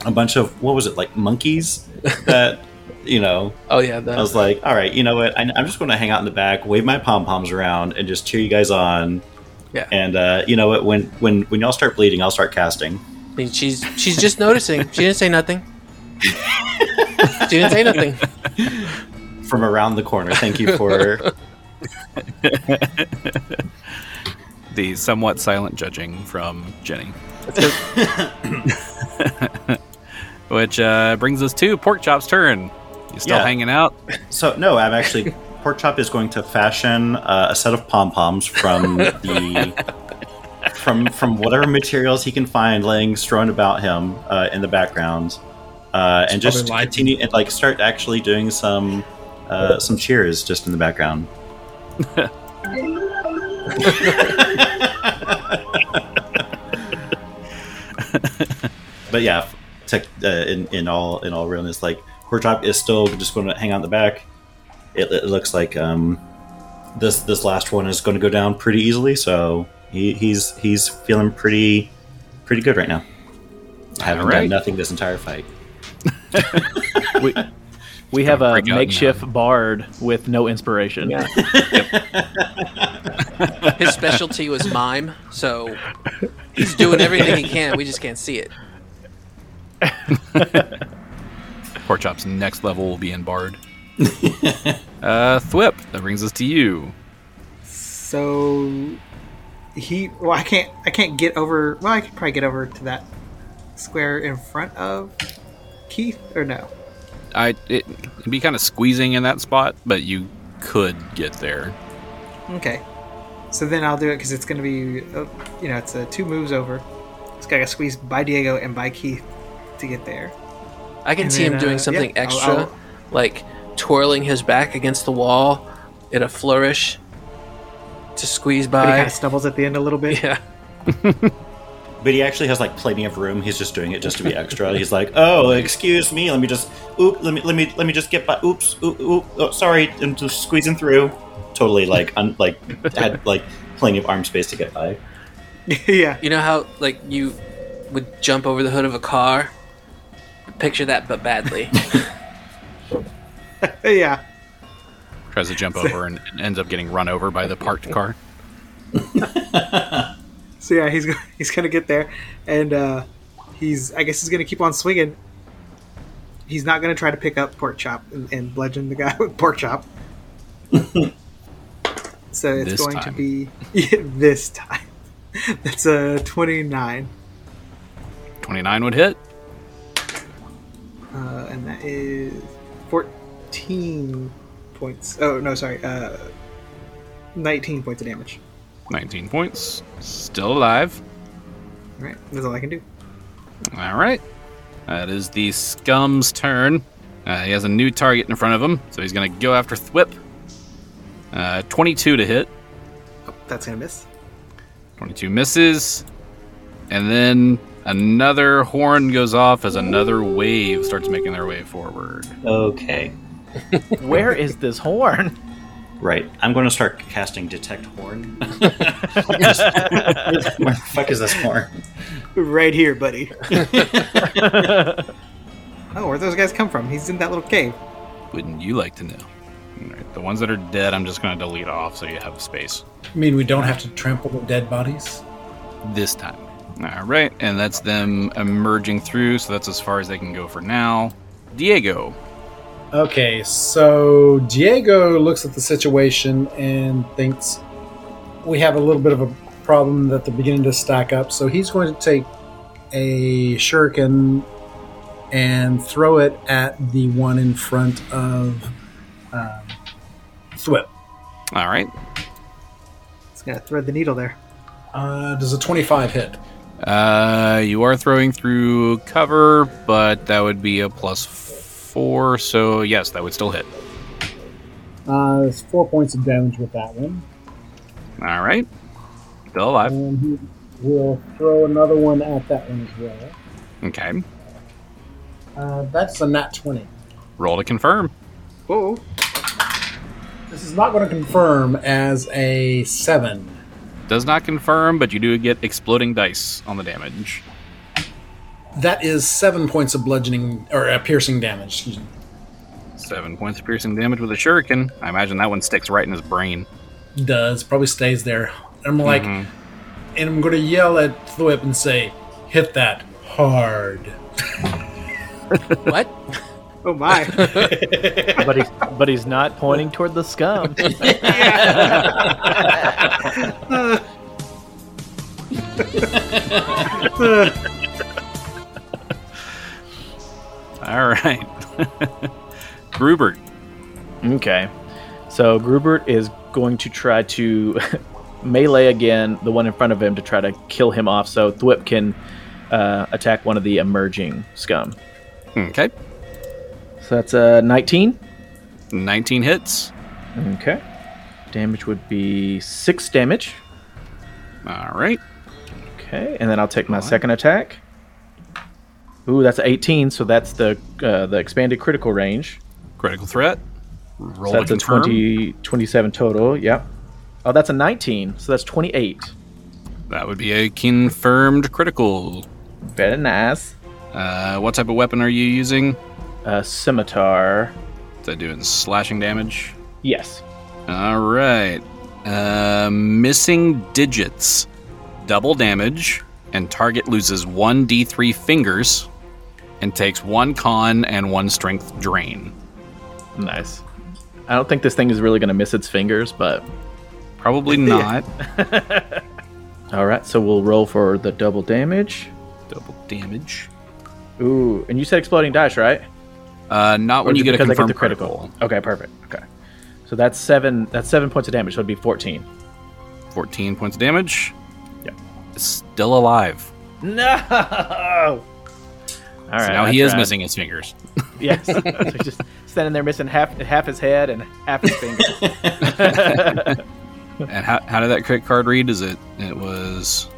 a bunch of what was it like [laughs] monkeys that you know
Oh yeah, the,
I was like, all right, you know what? I, I'm just going to hang out in the back, wave my pom poms around, and just cheer you guys on.
Yeah.
And uh, you know what? When when when y'all start bleeding, I'll start casting.
I mean, she's she's just noticing. She didn't say nothing. she didn't say nothing.
from around the corner. Thank you for
The somewhat silent judging from Jenny. [laughs] Which uh, brings us to Pork Chop's turn. You still
Yeah.
hanging out?
so no. I'm actually Pork Chop is going to fashion uh, a set of pom poms from the from from whatever materials he can find laying strewn about him uh, in the background, uh, and just
probably lighting.
continue and like start actually doing some uh, some cheers just in the background. but yeah, f- tech, uh, in in all in all realness, like Hortop is still just going to hang out in the back. It, it looks like um, this this last one is going to go down pretty easily, so he, he's he's feeling pretty pretty good right now. Having
Alright.
done nothing this entire fight.
We, we have
gonna
a
break out now.
makeshift bard with no inspiration.
His specialty was mime, so he's doing everything he can. We just can't see it.
Pork Chop's next level will be in Bard. uh, Thwip, that brings us to you.
So he well I can't I can't get over well I could probably get over to that square in front of Keith or no.
I it, it'd be kind of squeezing in that spot, but you could get there.
Okay. So then I'll do it because it's going to be, uh, you know, it's uh, two moves over. It's got to squeeze by Diego and by Keith to get there.
I can
And
see
then,
him doing
uh,
something
yeah, I'll-
extra,
I'll-
like twirling his back against the wall in a flourish to squeeze
But he
by.
kind of stumbles at the end a little bit.
[laughs] Yeah.
But he actually has like plenty of room. He's just doing it just to be extra. [laughs] He's like, "Oh, excuse me. Let me just oop. Let me let me let me just get by. Oops. Oop. oop oh, sorry. I'm just squeezing through. Totally like un, like had like plenty of arm space to get by.
[laughs] Yeah.
You know how like you would jump over the hood of a car? Picture that,
[laughs]
but badly.
yeah.
Tries to jump over and, and ends up getting run over by the parked car.
So yeah, he's go- [laughs] he's going to get there, and uh, he's I guess he's going to keep on swinging. he's not going to try to pick up pork chop and, and bludgeon the guy [laughs] with pork
[laughs]
chop. so it's
This
going
time.
to be [laughs] yeah, this time. [laughs] That's a twenty-nine,
29 would hit.
uh, and that is fourteen points. Oh no, sorry, uh, nineteen points of damage.
19 points. Still alive.
All right, that's all I can do.
All right. That is the scum's turn. Uh, he has a new target in front of him, so he's going to go after Thwip. Uh, 22 to hit.
Oh, that's gonna miss.
22 misses. And then another horn goes off as another wave starts making their way forward.
Okay.
[laughs] Where is this horn?
Right. I'm going to start casting Detect Horn. Where the fuck is this horn?
Right here, buddy. [laughs] oh, where those guys come from? He's in that little cave.
Wouldn't you like to know? All right, the ones that are dead, I'm just going to delete off so you have space
I mean, we don't have to trample the dead bodies.
this time. All right, and that's them emerging through, so that's as far as they can go for now. Diego,
Okay, so Diego looks at the situation and thinks we have a little bit of a problem that they're beginning to stack up. So he's going to take a shuriken and throw it at the one in front of um, Thwip.
all right.
It's gonna thread the needle there.
Uh, does a 25 hit?
Uh, you are throwing through cover, but that would be a plus four, so yes, that would still hit.
Uh, it's four points of damage with that one.
All right, still alive.
And he will throw another one at that one as well.
Okay,
Uh, that's a nat 20.
roll to confirm.
Whoa.
This is not going to confirm as a 7.
Does not confirm, but you do get exploding dice on the damage.
That is 7 points of bludgeoning, or uh, piercing damage, excuse me.
Seven points of piercing damage with a shuriken. I imagine that one sticks right in his brain.
does probably stays there. I'm like,
Mhm.
and I'm gonna yell at Thwip and say, "Hit that hard!"
What?
Oh my.
[laughs] But he's but he's not pointing toward the scum.
All right, [laughs] Grubert.
Okay. So Grubert is going to try to [laughs] melee again the one in front of him to try to kill him off so Thwip can uh, attack one of the emerging scum.
Okay,
So that's uh, a 19.
19 hits.
Okay. Damage would be 6 damage.
All right,
Okay, and then I'll take my second attack. Ooh, that's 18, so that's the uh, the expanded critical range.
critical threat. Roll
So
to
that's a
confirm.
20, 27 total. Yep. Oh, that's a 19, so that's 28.
That would be a confirmed critical.
Very nice.
Uh, what type of weapon are you using?
Uh, scimitar.
Is that doing slashing damage?
Yes.
All right. Uh, missing digits. Double damage, and target loses 1d3 fingers and takes one con and one strength drain.
Nice. I don't think this thing is really going to miss its fingers, but. [laughs]
Probably not.
All right, so we'll roll for the double damage.
Double damage.
Ooh, and you said exploding dice, right?
Uh, not when
Or
you get a
because I
confirmed
the Okay, perfect. Okay. So that's seven. That's seven points of damage. So it'd be fourteen.
14 points of damage.
Yep.
Still alive.
No. All right.
so now
I
he is
tried.
missing his fingers.
[laughs] Yes. so he's just standing there missing half half his head and half his
[laughs]
fingers.
And how, how did that crit card read? Is it it was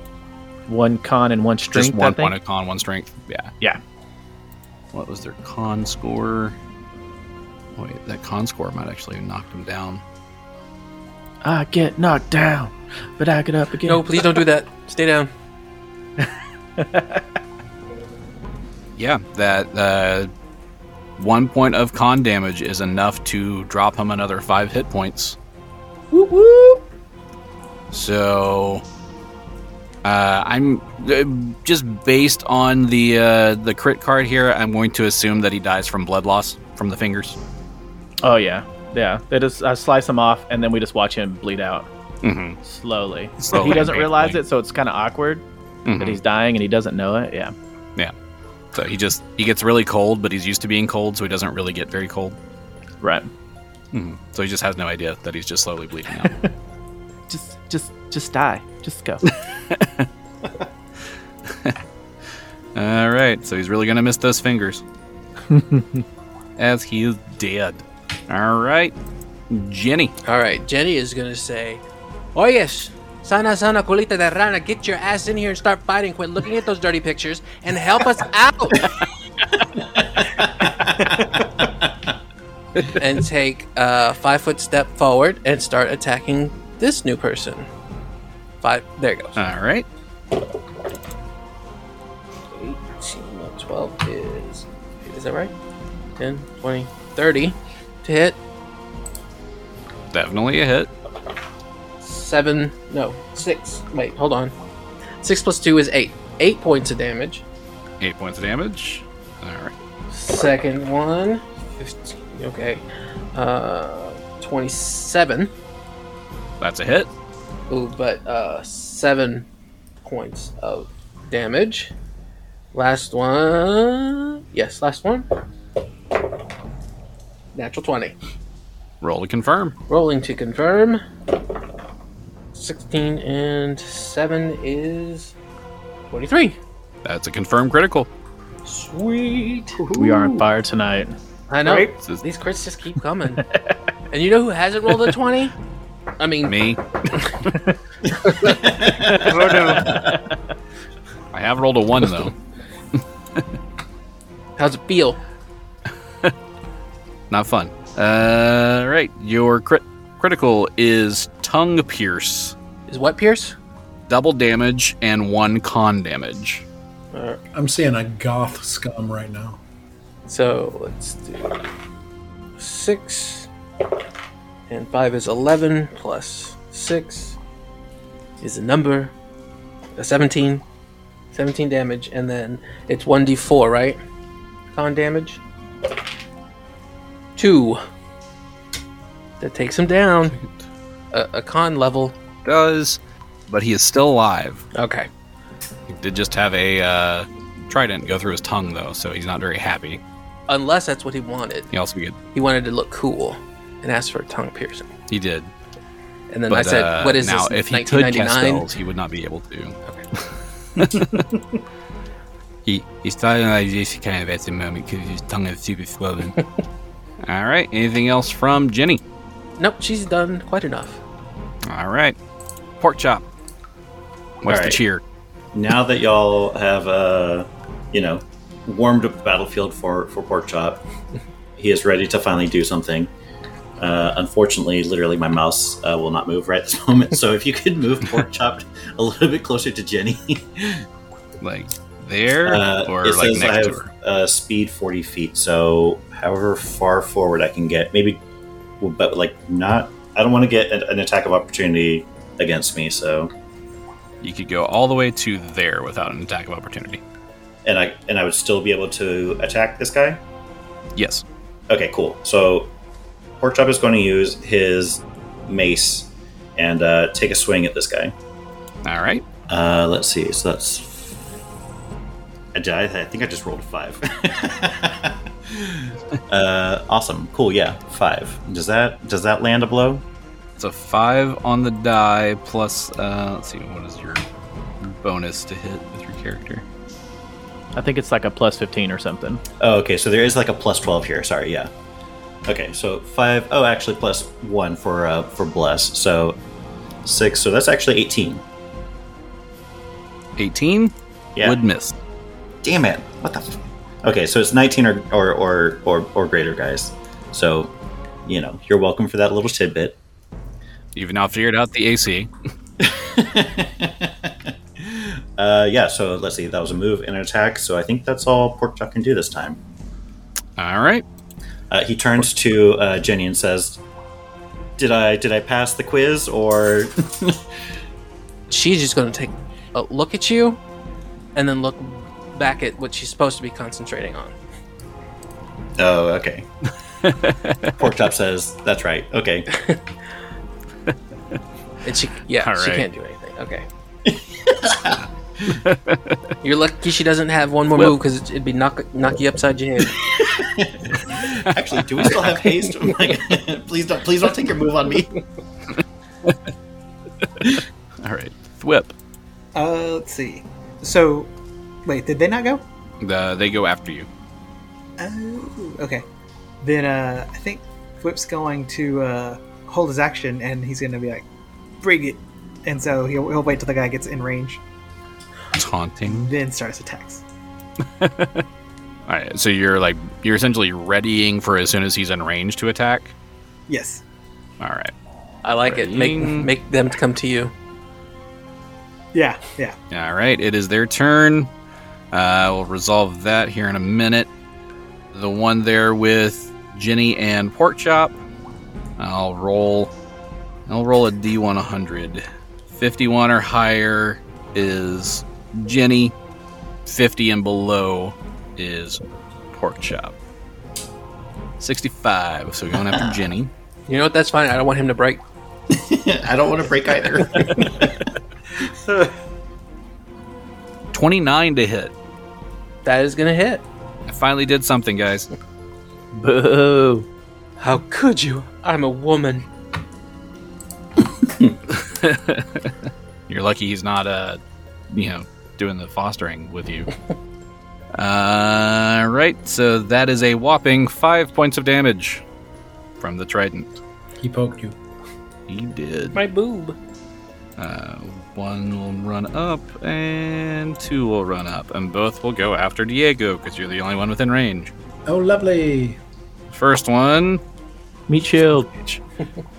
one con and one strength.
just one
I think.
point of con, one strength? Yeah.
Yeah.
What was their con score? Wait, that con score might actually have knocked him down.
I get knocked down, but I get up again.
No, please don't do that. Stay down.
Yeah, that uh, one point of con damage is enough to drop him another five hit points. Woo woo! So Uh, I'm uh, just based on the uh, the crit card here. I'm going to assume that he dies from blood loss from the fingers.
Oh yeah, yeah. They just I slice him off, and then we just watch him bleed out
Mm-hmm.
slowly.
Slowly Hmm.
he
and
doesn't realize
painfully.
it, so it's kind of awkward that he's dying and he doesn't know it. Yeah.
So he just he gets really cold, but he's used to being cold, so he doesn't really get very cold.
Right.
Mhm. So he just has no idea that he's just slowly bleeding out. [laughs]
Just, just, just die. Just go.
All right, so he's really gonna miss those fingers, as he is dead. All right, Jenny.
All right, Jenny is gonna say, "Oh yes, sana sana colita de rana, get your ass in here and start fighting. Quit looking at those dirty pictures and help us out." and take a five foot step forward and start attacking this new person. Five. There it goes.
All right,
18, no, 12 is. Is that right? 10, 20, 30 to hit.
definitely a hit.
Seven. No, six. Wait, hold on. Six plus two is eight. Eight points of damage.
Eight points of damage. All right.
Second one. 15. Okay. Uh, 27.
That's a hit.
Ooh, but uh, seven points of damage. Last one. Yes, last one. Natural 20.
Roll to confirm.
Rolling to confirm. 16 and 7 is 43.
That's a confirmed critical.
Sweet.
we are on fire tonight.
I know.
Right?
This is
These crits just keep coming. and you know who hasn't rolled a 20? I mean,
me. [laughs]
Oh, no.
I have rolled a one though.
how's it feel?
Not fun. Uh, all right, your crit critical is tongue pierce,
Is what Pierce?
double damage, and one con damage.
I'm seeing a goth scum right now.
So let's do 6. And 5 is 11, plus 6 is a number. A 17. 17 damage, and then it's 1d4, right? Con damage. 2. That takes him down. A, a con level.
Does, but he is still alive.
Okay.
He did just have a uh, trident go through his tongue, though, so he's not very happy.
Unless that's what he wanted.
He also get,
He wanted to look cool and asked for a tongue piercing.
he did.
And then
but
I said,
uh,
What is
now,
this?
if he could cast
1999?
spells, he would not be able to. [laughs] he he's starting like this kind of at the moment because his tongue is super
[laughs]
swollen. All right. Anything else from Jenny?
Nope, she's done quite enough.
All right. Pork chop. What's the
All right.
cheer?
now that y'all have uh, you know warmed up the battlefield for for pork chop he is ready to finally do something uh, unfortunately literally my mouse uh, will not move right this [laughs] moment so if you could move pork chop a little bit closer to jenny
Like there
uh,
or
it
like
says i
next to
have
her?
uh, speed 40 feet so however far forward i can get maybe but like not i don't want to get an, an attack of opportunity against me so
You could go all the way to there without an attack of opportunity.
and i and i would still be able to attack this guy
Yes.
Okay, cool. So Porkchop is going to use his mace and uh, take a swing at this guy.
All right.
Uh, let's see. So that's. I, did- I think I just rolled a five. [laughs] uh, awesome. Cool. Yeah, five. Does that does that land a blow?
It's a five on the die plus. Uh, let's see, what is your bonus to hit with your character?
I think it's like a plus fifteen or something.
Oh, okay. So there is like a plus twelve here. Sorry. Yeah. Okay. So five. Oh, actually, plus one for uh, for bless. So six. So that's actually eighteen.
Eighteen
Yeah.
would miss.
Damn it! What the? F- okay, so it's 19 or or, or or or greater, guys. So, you know, you're welcome for that little tidbit.
You've now figured out the AC.
Uh, yeah. So let's see. That was a move and an attack. So I think that's all Porkchop can do this time.
All right.
Uh, he turns to uh, Jenny and says, "Did I did I pass the quiz or
She's just going to take uh, look at you, and then look back at what she's supposed to be concentrating on.
Oh, okay. Pork chop says that's right. Okay.
And she, yeah,
All
she
right.
can't do anything. Okay. [laughs] You're lucky she doesn't have one more
Well-
move because it'd be knock, knock you upside your head.
Actually, do we still have haste? [laughs] Oh my God. please don't. Please don't take your move on me. [laughs]
All right, Thwip.
Uh, let's see. So, wait, did they not go?
Uh, they go after you.
Oh, okay. Then uh, I think Flip's going to uh, hold his action, and he's going to be like, "Bring it!" And so he'll, he'll wait till the guy gets in range,
Taunting.
then start his attacks.
All right, so you're like you're essentially readying for as soon as he's in range to attack.
Yes.
All right.
I like it. Make
Ring.
make them come to you.
Yeah. Yeah.
All right, it is their turn. Uh, we'll resolve that here in a minute. The one there with Jenny and Pork Chop. I'll roll. I'll roll a D100. 51 or higher is Jenny. 50 and below is Pork Chop. 65. So we're going after Jenny.
You know what? That's fine. I don't want him to break.
I don't want to break either.
29 to hit.
That is gonna hit.
I finally did something, guys.
Boo.
How could you? I'm a woman.
You're lucky he's not, uh, you know, doing the fostering with you. uh, right. So that is a whopping five points of damage from the trident.
He poked you.
He did.
My boob.
Uh, one will run up, and two will run up, and both will go after Diego because you're the only one within range.
Oh, lovely.
First one,
Meat shield.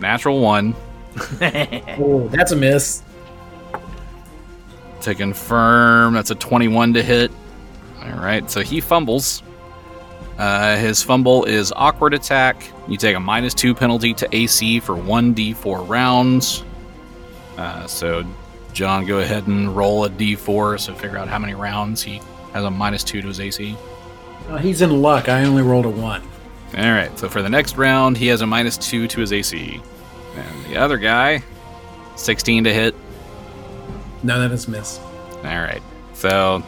natural one.
Oh, that's a miss.
to confirm that's a 21 to hit all right so he fumbles uh, his fumble is awkward attack you take a minus two penalty to ac for 1d4 rounds uh, so john go ahead and roll a d4 so figure out how many rounds he has a minus two to his ac
Uh, he's in luck. I only rolled a one.
all right so for the next round he has a minus two to his ac and the other guy 16 to hit
No, that is a miss.
All right. So,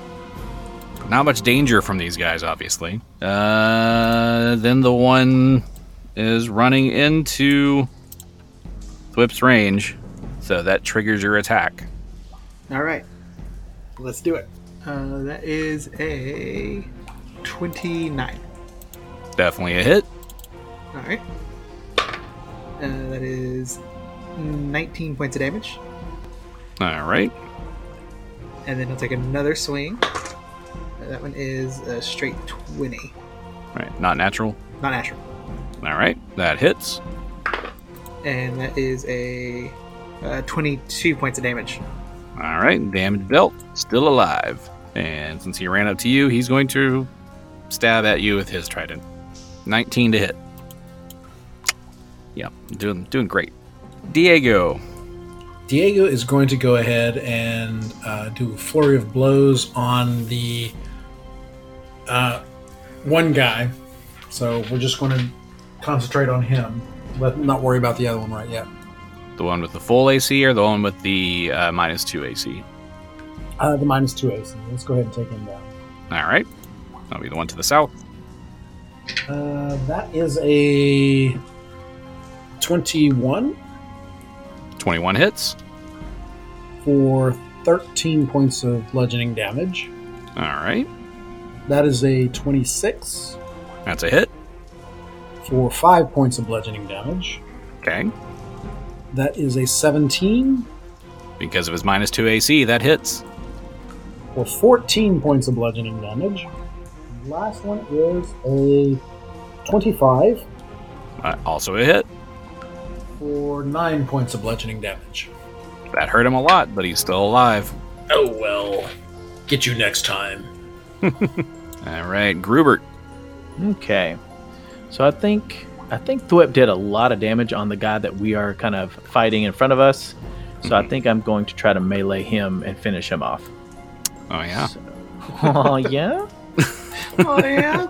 not much danger from these guys, obviously. Uh, then the one is running into Thwip's range, so that triggers your attack.
All right. Let's do it. Uh, that is a twenty-nine.
Definitely a hit.
All right. Uh, that is nineteen points of damage,
All right.
and then he'll take another swing. Uh, that one is a straight twenty,
All right. Not natural.
not natural.
All right. That hits.
and that is a uh, 22 points of damage.
All right. Damage belt. Still alive. And since he ran up to you, he's going to stab at you with his trident. 19 to hit. Yeah, doing doing great. Diego.
Diego is going to go ahead and uh, do a flurry of blows on the uh, one guy. So we're just going to concentrate on him. Let not worry about the other one right yet.
The one with the full AC or the one with the uh, minus two AC?
Uh, the minus two AC. Let's go ahead and take him down.
All right. That'll be the one to the south.
Uh, that is a twenty-one
21 hits.
for thirteen points of bludgeoning damage.
All right.
That is a twenty-six
That's a hit.
for five points of bludgeoning damage.
Okay.
That is a seventeen
Because of his minus two AC, that hits.
for 14 points of bludgeoning damage. Last one is a 25
Uh, also a hit.
for 9 points of bludgeoning damage.
That hurt him a lot, but he's still alive.
Oh well. Get you next time.
All right. Grubert.
Okay. So I think I think Thwip did a lot of damage on the guy that we are kind of fighting in front of us. So
Hmm.
I think I'm going to try to melee him and finish him off.
Oh yeah.
So- [laughs] oh yeah.
Oh [laughs] yeah.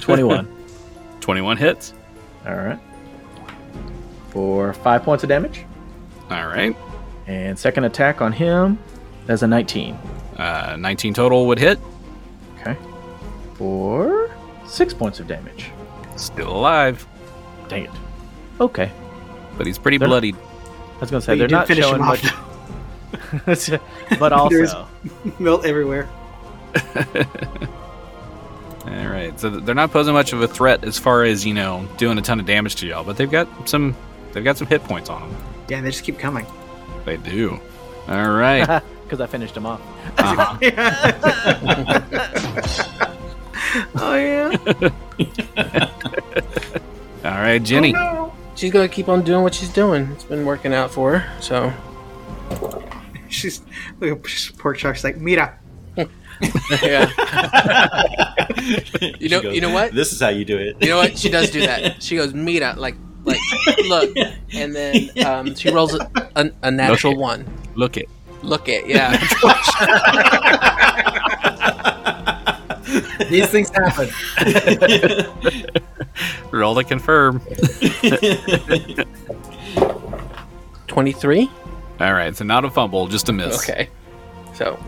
21.
Twenty one hits.
All right. For five points of damage.
All right.
And second attack on him. That's a 19.
Uh, Nineteen total would hit.
Okay. For six points of damage.
Still alive,
Dang it. Okay.
but he's pretty
They're not-
bloodied.
I was gonna say
But you
they're
did
not
finish
showing
him
much,
off. [laughs]
[laughs] but
There's- [laughs]
also
Melt everywhere.
All right. So th- they're not posing much of a threat as far as you know doing a ton of damage to y'all, but they've got some they've got some hit points on them.
Yeah, they just keep coming.
They do. All
[laughs]
right.
because I finished him off.
Uh-huh.
Oh [laughs] yeah.
All right, Jenny.
Oh,
She's gonna keep on doing what she's doing. It's been working out for her. So [laughs]
She's look at pork chop. She's like, Mira.
yeah,
you
know- you know what?
This is how you do it.
you know what? She does do that. She goes Mira, like like look, and then um, she rolls a, a, a natural
it.
one.
Look it.
Look
[laughs]
it, yeah.
These
[laughs]
things happen.
Roll to confirm.
Twenty three.
All right. So not a fumble, just a miss.
Okay. So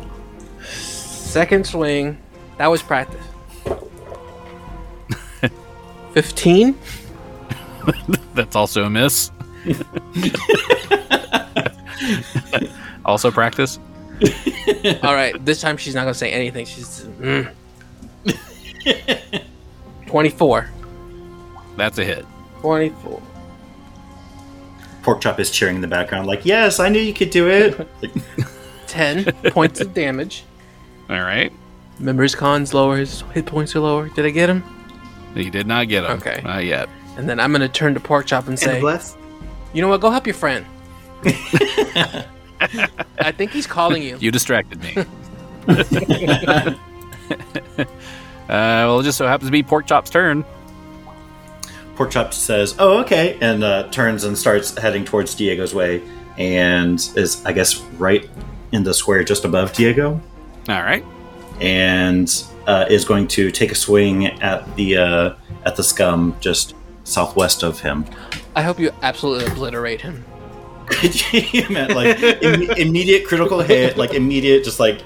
second swing. That
[laughs]
was practice. Fifteen.
That's also a
[laughs]
miss. [laughs] also practice.
All right, this time she's not gonna say anything. She's just,
[laughs]
mm. twenty-four.
That's a hit.
Twenty-four.
Pork chop is cheering in the background, like, "Yes, I knew you could do it." Like,
[laughs]
Ten points of damage.
All right.
Remember his cons lower, his hit points are lower. Did I get him?
You did not get him.
Okay.
Not yet.
And then I'm gonna turn to Pork Chop and
And
say,
bless.
"You know what? Go help
[laughs]
your friend." I think he's calling you.
You distracted me. [laughs] uh, Uh, well, it just so happens to be Pork Chop's turn.
Pork chop says, "Oh, okay," and uh, turns and starts heading towards Diego's way, and is, I guess, right in the square just above Diego,
All right.
and uh, is going to take a swing at the uh, at the scum just southwest of him.
I hope you absolutely obliterate him.
[laughs] you meant like im- immediate critical hit, like immediate, just like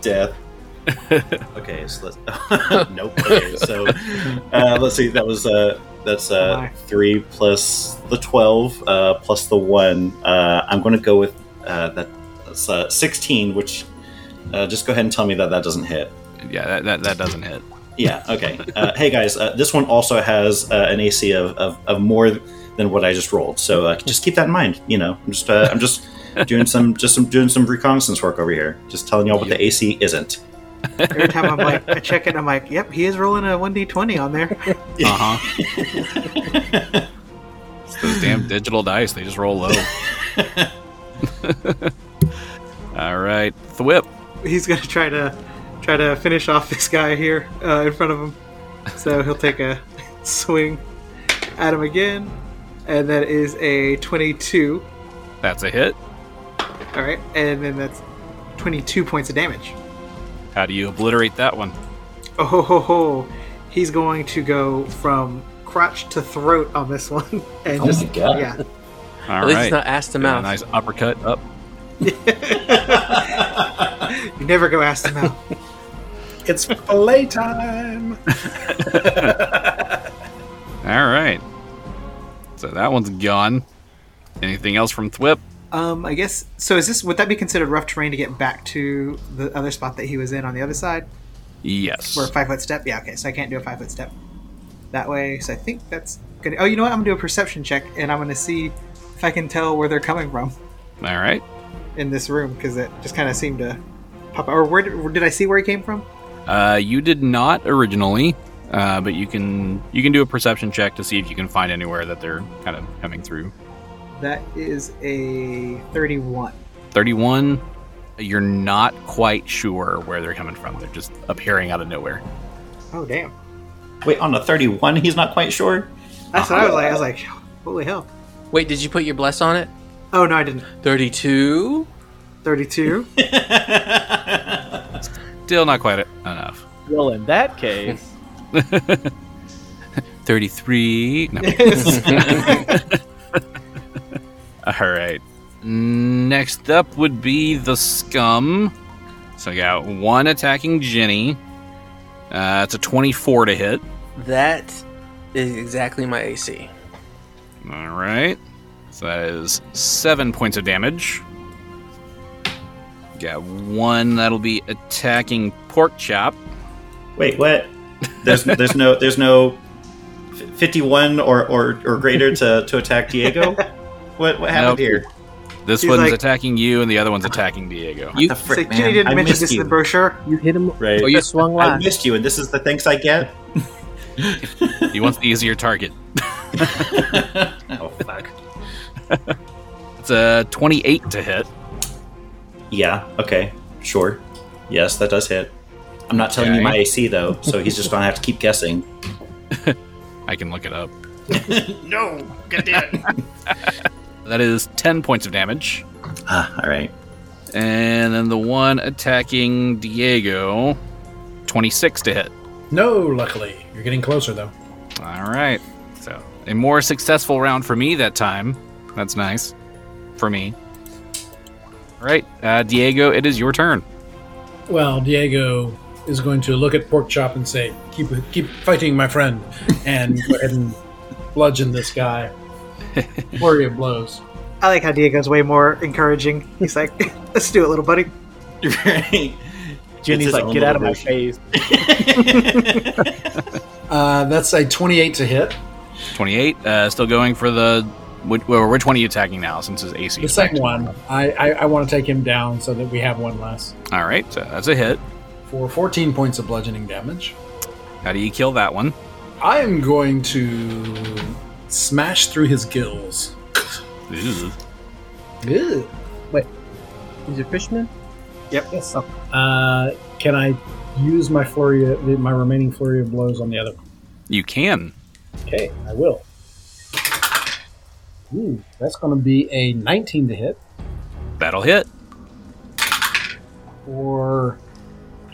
death. Okay, so let's. [laughs] nope. Okay, so uh, let's see. That was uh, that's
Oh
uh,
my.
three plus the twelve uh, plus the one. Uh, I'm going to go with uh, that. That's uh, sixteen. Which uh, just go ahead and tell me that that doesn't hit.
Yeah, that, that, that doesn't hit.
Yeah. Okay. Uh, hey guys, uh, this one also has uh, an AC of, of, of more than what I just rolled, so uh, just keep that in mind. You know, I'm just uh, I'm just doing some just some doing some reconnaissance work over here. Just telling y'all what the AC isn't.
Every time I'm like, I check it. I'm like, yep, he is rolling a one d twenty on there. [laughs]
Uh huh. those damn digital dice, they just roll low. [laughs] All right. Thwip.
He's gonna try to try to finish off this guy here uh, in front of him. So he'll take a [laughs] swing at him again, and that is a twenty-two.
That's a hit.
All right, and then that's twenty-two points of damage.
How do you obliterate that one?
Oh ho ho ho! He's going to go from crotch to throat on this one, [laughs] and
Oh
just
my God.
yeah,
All
At
right.
least it's not ass to
Give it a
mouth.
nice uppercut up.
you never go ask him out. [laughs]
It's fillet time.
All right. So that one's gone. Anything else from Thwip?
Um, I guess so. Is this would that be considered rough terrain to get back to the other spot that he was in on the other side,
Yes.
or a five foot step? Yeah, okay. So I can't do a five foot step that way. So I think that's good. Oh, you know what? I'm gonna do a perception check, and I'm gonna see if I can tell where they're coming from
All right.
in this room because it just kind of seemed to pop. Or where did, did I see where he came from?
Uh, you did not originally, uh, but you can you can do a perception check to see if you can find anywhere that they're kind of coming through.
That is a thirty-one.
Thirty-one. You're not quite sure where they're coming from. They're just appearing out of nowhere.
Oh damn!
Wait, on a thirty-one, he's not quite sure. [laughs]
That's what I was like. I was like, holy hell!
Wait, did you put your bless on it?
Oh no, I didn't.
32.
Thirty-two.
Still not quite enough.
Well, in that case,
[laughs]
33. No. [laughs] All right. Next up would be the scum. So I got one attacking Jenny. Uh, it's a 24 to hit.
That is exactly my AC.
All right. So that is seven points of damage. Got one that'll be attacking pork chop.
Wait, what? There's there's no there's no f- 51 or, or, or greater to, to attack Diego. What what happened
Nope.
here?
This
He's
one's
like-
attacking you, and the other one's attacking Diego.
You,
So Jenny didn't mention this in the brochure.
You hit him.
Right.
Oh, you swung
I
last.
missed you, and this is the thanks I get.
[laughs] He wants the easier target.
Oh fuck.
It's a 28 to hit.
Yeah. Okay. Sure. Yes, that does hit. I'm not telling you
Okay.
my AC though, so he's just gonna have to
[laughs]
keep guessing.
I can look it up. no, god damn it. [laughs] that is 10 points of damage.
Ah, all right.
And then the one attacking Diego, 26 to hit.
No, luckily. You're getting closer, though.
All right. So, a more successful round for me that time. That's nice. For me. All right, uh, Diego, it is your turn.
Well, Diego is going to look at Pork Chop and say, "Keep keep fighting, my friend," and go ahead and bludgeon this guy. Flurry of blows.
I like how Diego's way more encouraging. He's like, [laughs] "Let's do it, little buddy."
Right.
Jenny's
his
like,
own
"Get out of my
little version."
face!"
Uh, that's a twenty-eight to hit.
28, uh, still going for the. Which, well, which one are you attacking now since his AC?
The
is
second
back?
one, I I, I want to take him down so that we have one less
All right, so that's a hit.
for fourteen points of bludgeoning damage.
How do you kill that one?
I am going to smash through his gills.
Ooh.
Ew.
He's a fisherman?
Yes. Uh, can I use my flurry, of- my remaining flurry of blows on the other? one?
You can.
Okay, I will. Ooh, that's going to be a 19 to hit
That'll hit.
or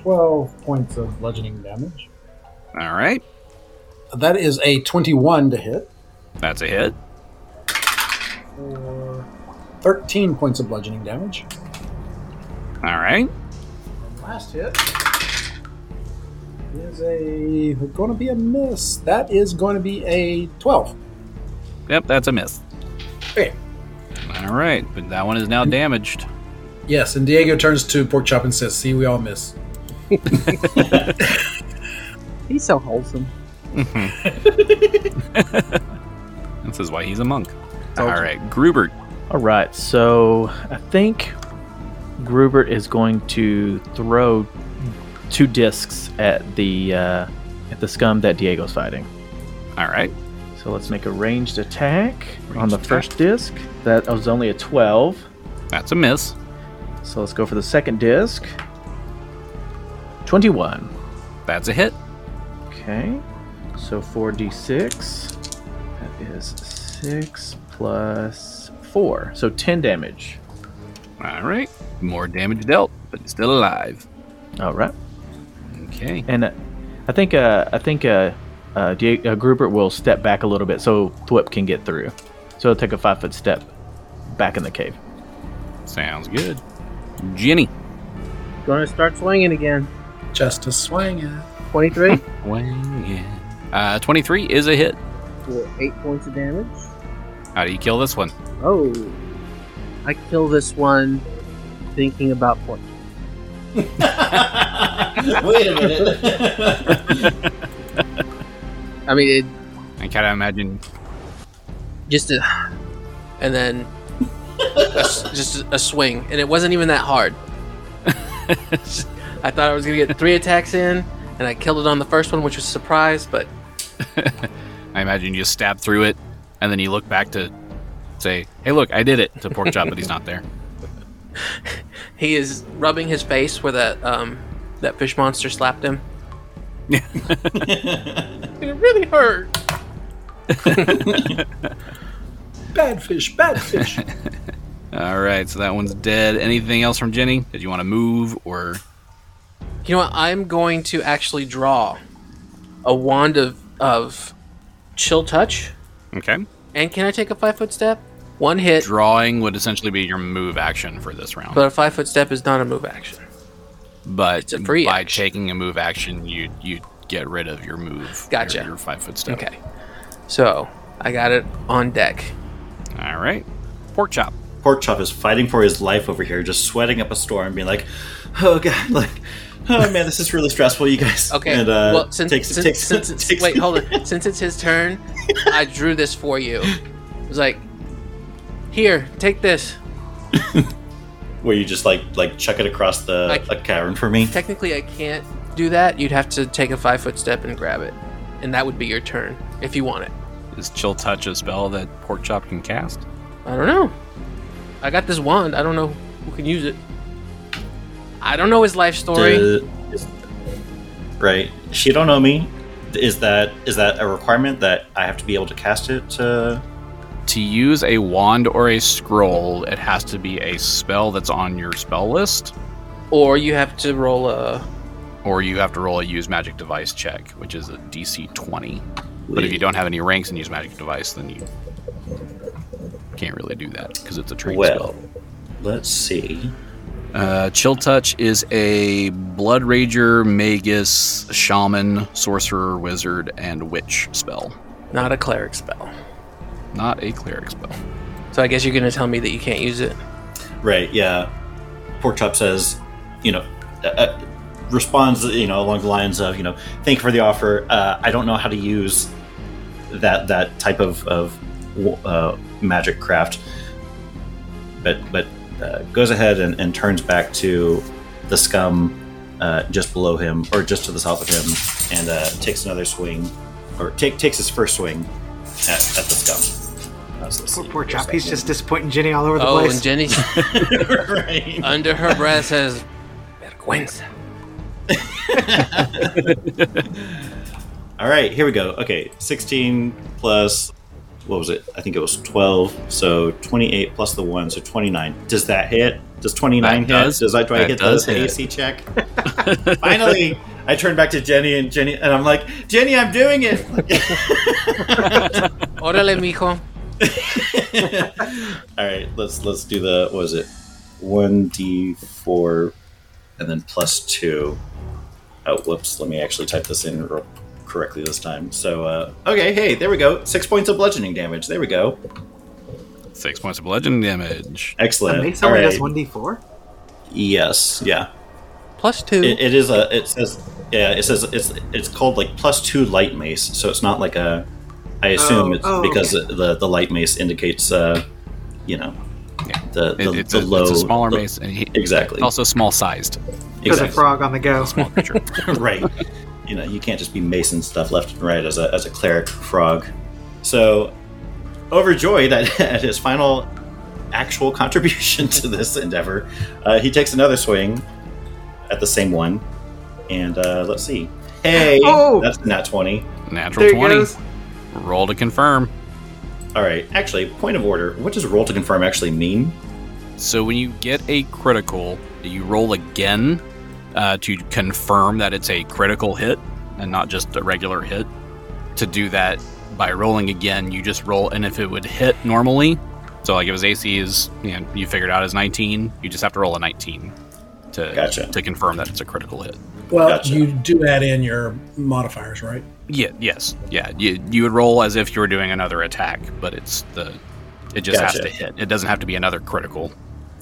12 points of bludgeoning damage.
All right.
That is a 21 to hit
That's a hit.
or 13 points of bludgeoning damage.
All right.
Last hit is a going to be a miss. That is going to be a 12.
Yep, that's a miss.
Okay.
All right, but that one is now damaged.
Yes, and Diego turns to Pork Chop and says, "See, we all miss."
He's so wholesome.
Mm-hmm. [laughs] This is why he's a monk. All right, Gruber.
All right, so I think Grubert is going to throw two discs at the uh, at the scum that Diego's fighting.
All right.
So let's make a ranged attack on
Ranged
the
attack.
first disc. That was only a 12.
That's a miss.
So let's go for the second disc. 21.
That's a hit.
Okay. So 4d6. That is 6 plus 4. So 10 damage.
All right. More damage dealt, but still alive.
All right.
Okay.
And uh, I think uh, I think uh, uh, Die- uh, Grubert will step back a little bit so Thwip can get through. So he'll take a 5 foot step back in the cave.
Sounds good. Jenny.
Gonna start swinging again.
Just a swing it.
[laughs]
23
Uh, 23 is a hit.
for 8 points of damage.
How do you kill this one?
Oh. I kill this one thinking about
[laughs]
what?
Wait a minute.
[laughs] I mean, it
I kind of imagine.
just a. And then. a s- just a swing. And it wasn't even that hard. I thought I was gonna get three attacks in, and I killed it on the first one, which was a surprise, but
I imagine you stab through it, and then you look back to say, "Hey, look, I did it." To pork chop, but he's not there.
He is rubbing his face where that um that fish monster slapped
[laughs]
him. it really hurt.
[laughs] Bad fish, bad fish.
[laughs] All right, so that one's dead. Anything else from Jenny? Did you want to move or?
You know what? I'm going to actually draw a wand of of chill touch.
Okay.
And can I take a five foot step? One hit,
Drawing would essentially be your move action for this round,
but a five foot step is not a move action.
but
a free
by
action.
taking a move action, you you get rid of your move.
Gotcha.
Your, your five foot step.
Okay. So I got it on deck.
All right. Pork chop.
Pork chop is fighting for his life over here, just sweating up a storm, being like, "Oh god, [laughs] like, oh man, this is really stressful, you guys."
[laughs] Okay.
And, uh,
well, since,
takes,
since,
takes,
since it's,
takes-
wait, hold on. Since it's his turn, I drew this for you. It was like, here, take this.
[laughs] Where you just like like chuck it across the
Like-
a cavern for me?
Technically, I can't do that. You'd have to take a five foot step and grab it, and that would be your turn if you want it.
Is chill touch a spell that pork chop can cast?
I don't know. I got this wand. I don't know who can use it. I don't know his life story.
Do- Uh, is- right. She don't know me. Is that is that a requirement that I have to be able to cast it? To...
To use a wand or a scroll, it has to be a spell that's on your spell list,
Or you have to roll a.
or you have to roll a use magic device check, which is a DC 20. But if you don't have any ranks and use magic device, then you can't really do that because it's a trait
Well,
spell.
let's see.
Uh, Chill Touch is a Blood Rager, Magus, Shaman, Sorcerer, Wizard, and Witch spell,
Not a cleric spell.
not a cleric spell.
So I guess you're gonna tell me that you can't use it.
Right, yeah. Pork chop says, you know, uh, uh, responds, you know, along the lines of, you know, thank you for the offer. Uh, I don't know how to use that that type of, of uh, magic craft, but but uh, goes ahead and, and turns back to the scum uh, just below him or just to the south of him, and uh, takes another swing, or take takes his first swing at, at the scum. Uh, so let's
Poor,
see.
poor
Here's
chop.
that
He's [laughs]
one.
just disappointing Jenny all over the
Oh, and
place.
Jenny
[laughs] right.
under her breath says, "Vergüenza."
All right, here we go. Okay, 16 plus what was it? I think it was 12. So 28 plus the 1, so 29. Does that hit? Does 29
That
hit?
does.
Does I do I
That
hit
does
the
hit. [laughs]
AC check? Finally, I turn back to Jenny and Jenny and I'm like, "Jenny, I'm doing it."
Órale, mijo.
[laughs] All right, let's let's do the what was it? 1d4 and then plus 2. Oh, whoops. Let me actually type this in real correctly this time. So, uh, okay, hey, there we go. 6 points of bludgeoning damage. There we go.
Six points of bludgeoning damage.
Excellent.
Make someone
uh, All
does
right.
one d four.
Yes. Yeah.
Plus two.
It, it is a. It says. Yeah. It says it's. It's called like plus two light mace. So it's not like a. I assume
Oh,
it's
oh,
because the the light mace indicates. Uh, you know.
Yeah.
The the,
It, it's,
the
a,
low.
it's a smaller
the-
mace, and he,
Exactly.
also small sized.
There's a
exactly.
frog on the go.
Small creature.
[laughs] right. You know, you can't just be macing stuff left and right as a, as a cleric frog. So, overjoyed at, [laughs] at his final actual contribution to this endeavor, uh, he takes another swing at the same one. And uh, let's see. Hey!
Oh!
That's not 20.
Natural
There he
20.
goes.
Roll to confirm.
All right. Actually, point of order. What does roll to confirm actually mean?
So when you get a critical, you roll again uh, to confirm that it's a critical hit and not just a regular hit. To do that by rolling again, you just roll, and if it would hit normally, so like if his AC is, you know, you figured out is 19, you just have to roll a 19 to
Gotcha.
to confirm that it's a critical hit.
Well,
Gotcha.
you do add in your modifiers, right?
Yeah. Yes. Yeah. You, you would roll as if you were doing another attack, but it's the it just has
Gotcha.
to hit. It doesn't have to be another critical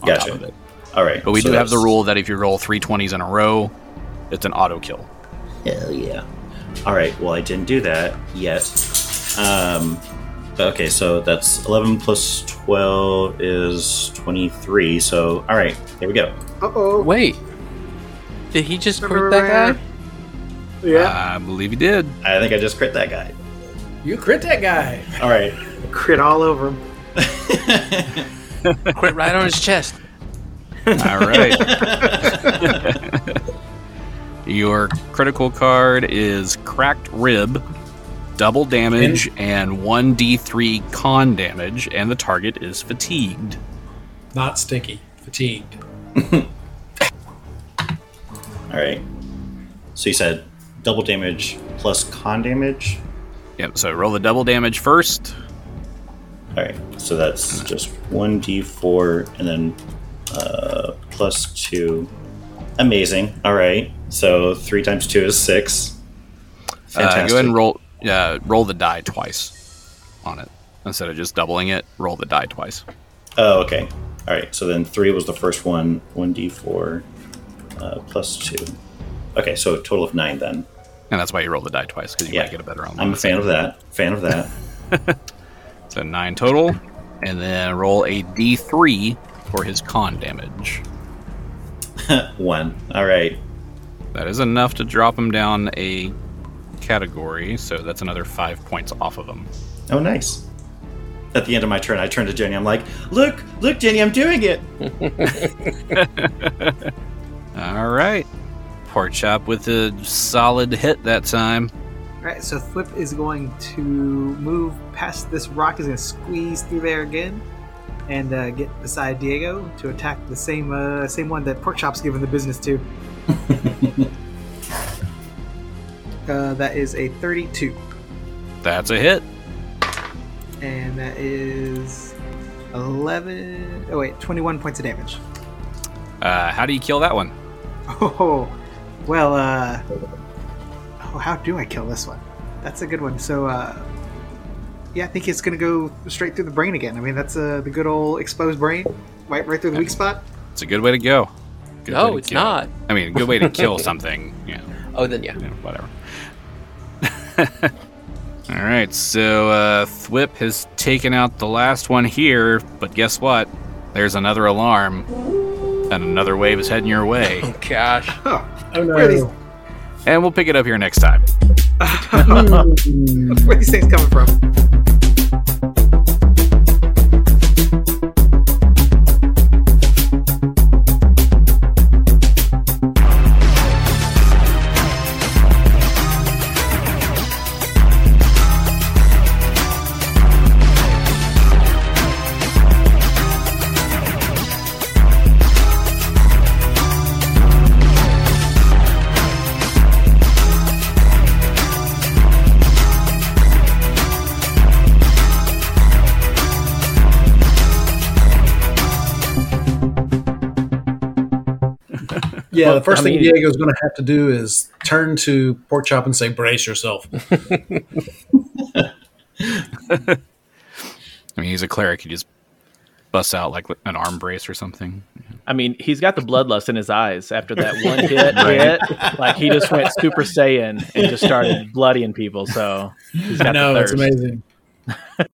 on
Gotcha.
top of it.
All right.
But we
so
do have the
that's-
rule that if you roll three twenties in a row, it's an auto kill.
Hell yeah. All right. Well, I didn't do that yet. Um, okay, so that's 11 plus 12 is 23. So, all right, here we go.
Uh oh.
Wait. Did he just quit that guy?
Yeah.
I believe he did.
I think I just crit that guy.
You crit that guy.
All right.
Crit all over him.
Quit right on his chest.
All right. Your critical card is cracked rib, double damage, and one d3 con damage, and the target is fatigued.
Not sticky. Fatigued.
All right. So you said double damage plus con damage.
Yep. So roll the double damage first.
All right. So that's just one d4 and then uh, plus two. Amazing. All right. So three times two is six.
Uh,
Fantastic.
go ahead and roll. Uh, roll the die twice on it instead of just doubling it. Roll the die twice.
Oh, okay. All right. So then three was the first one. One d4 uh, plus two. Okay. So a total of nine then.
And that's why you roll the die twice because you
Yeah.
might get a better on
I'm a fan of that. Fan of that.
So nine total, and then roll a d3 for his con damage.
one. All right.
That is enough to drop him down a category, so that's another five points off of him.
Oh, nice. At the end of my turn, I turn to Jenny. I'm like, look, look, Jenny, I'm doing it.
All right. Pork chop with a solid hit that time.
All right, so Flip is going to move past this rock. He's going to squeeze through there again and uh, get beside Diego to attack the same uh, same one that Porkchop's giving the business to. uh, that is a 32,
That's a hit.
and that is 11. Oh wait, 21 points of damage.
Uh, how do you kill that one?
Oh, well, uh. Oh, how do I kill this one? That's a good one. So, uh. Yeah, I think it's gonna go straight through the brain again. I mean, that's uh, the good old exposed brain, right, right through the weak spot.
It's a good way to go. Good way
no,
to
it's
kill.
not.
I mean, a good way to
[laughs]
kill something. Yeah.
Oh, then yeah.
you know, whatever. [laughs] All right, so uh, Thwip has taken out the last one here, but guess what? There's another alarm, and another wave is heading your way.
Oh gosh.
Huh.
Oh
Where are these,
no.
and we'll pick it up here next time.
[laughs] where are these things coming from?
Yeah, the first
I
thing
mean-
Diego's going to have to do is turn to Pork Chop and say, "Brace [laughs] yourself."
I mean, he's a cleric; he just busts out like an arm brace or something.
I mean, he's got the bloodlust in his eyes after that one hit. hit. Like he just went Super Saiyan and just started bloodying people. So he's got
I know
the
it's
thirst.
amazing.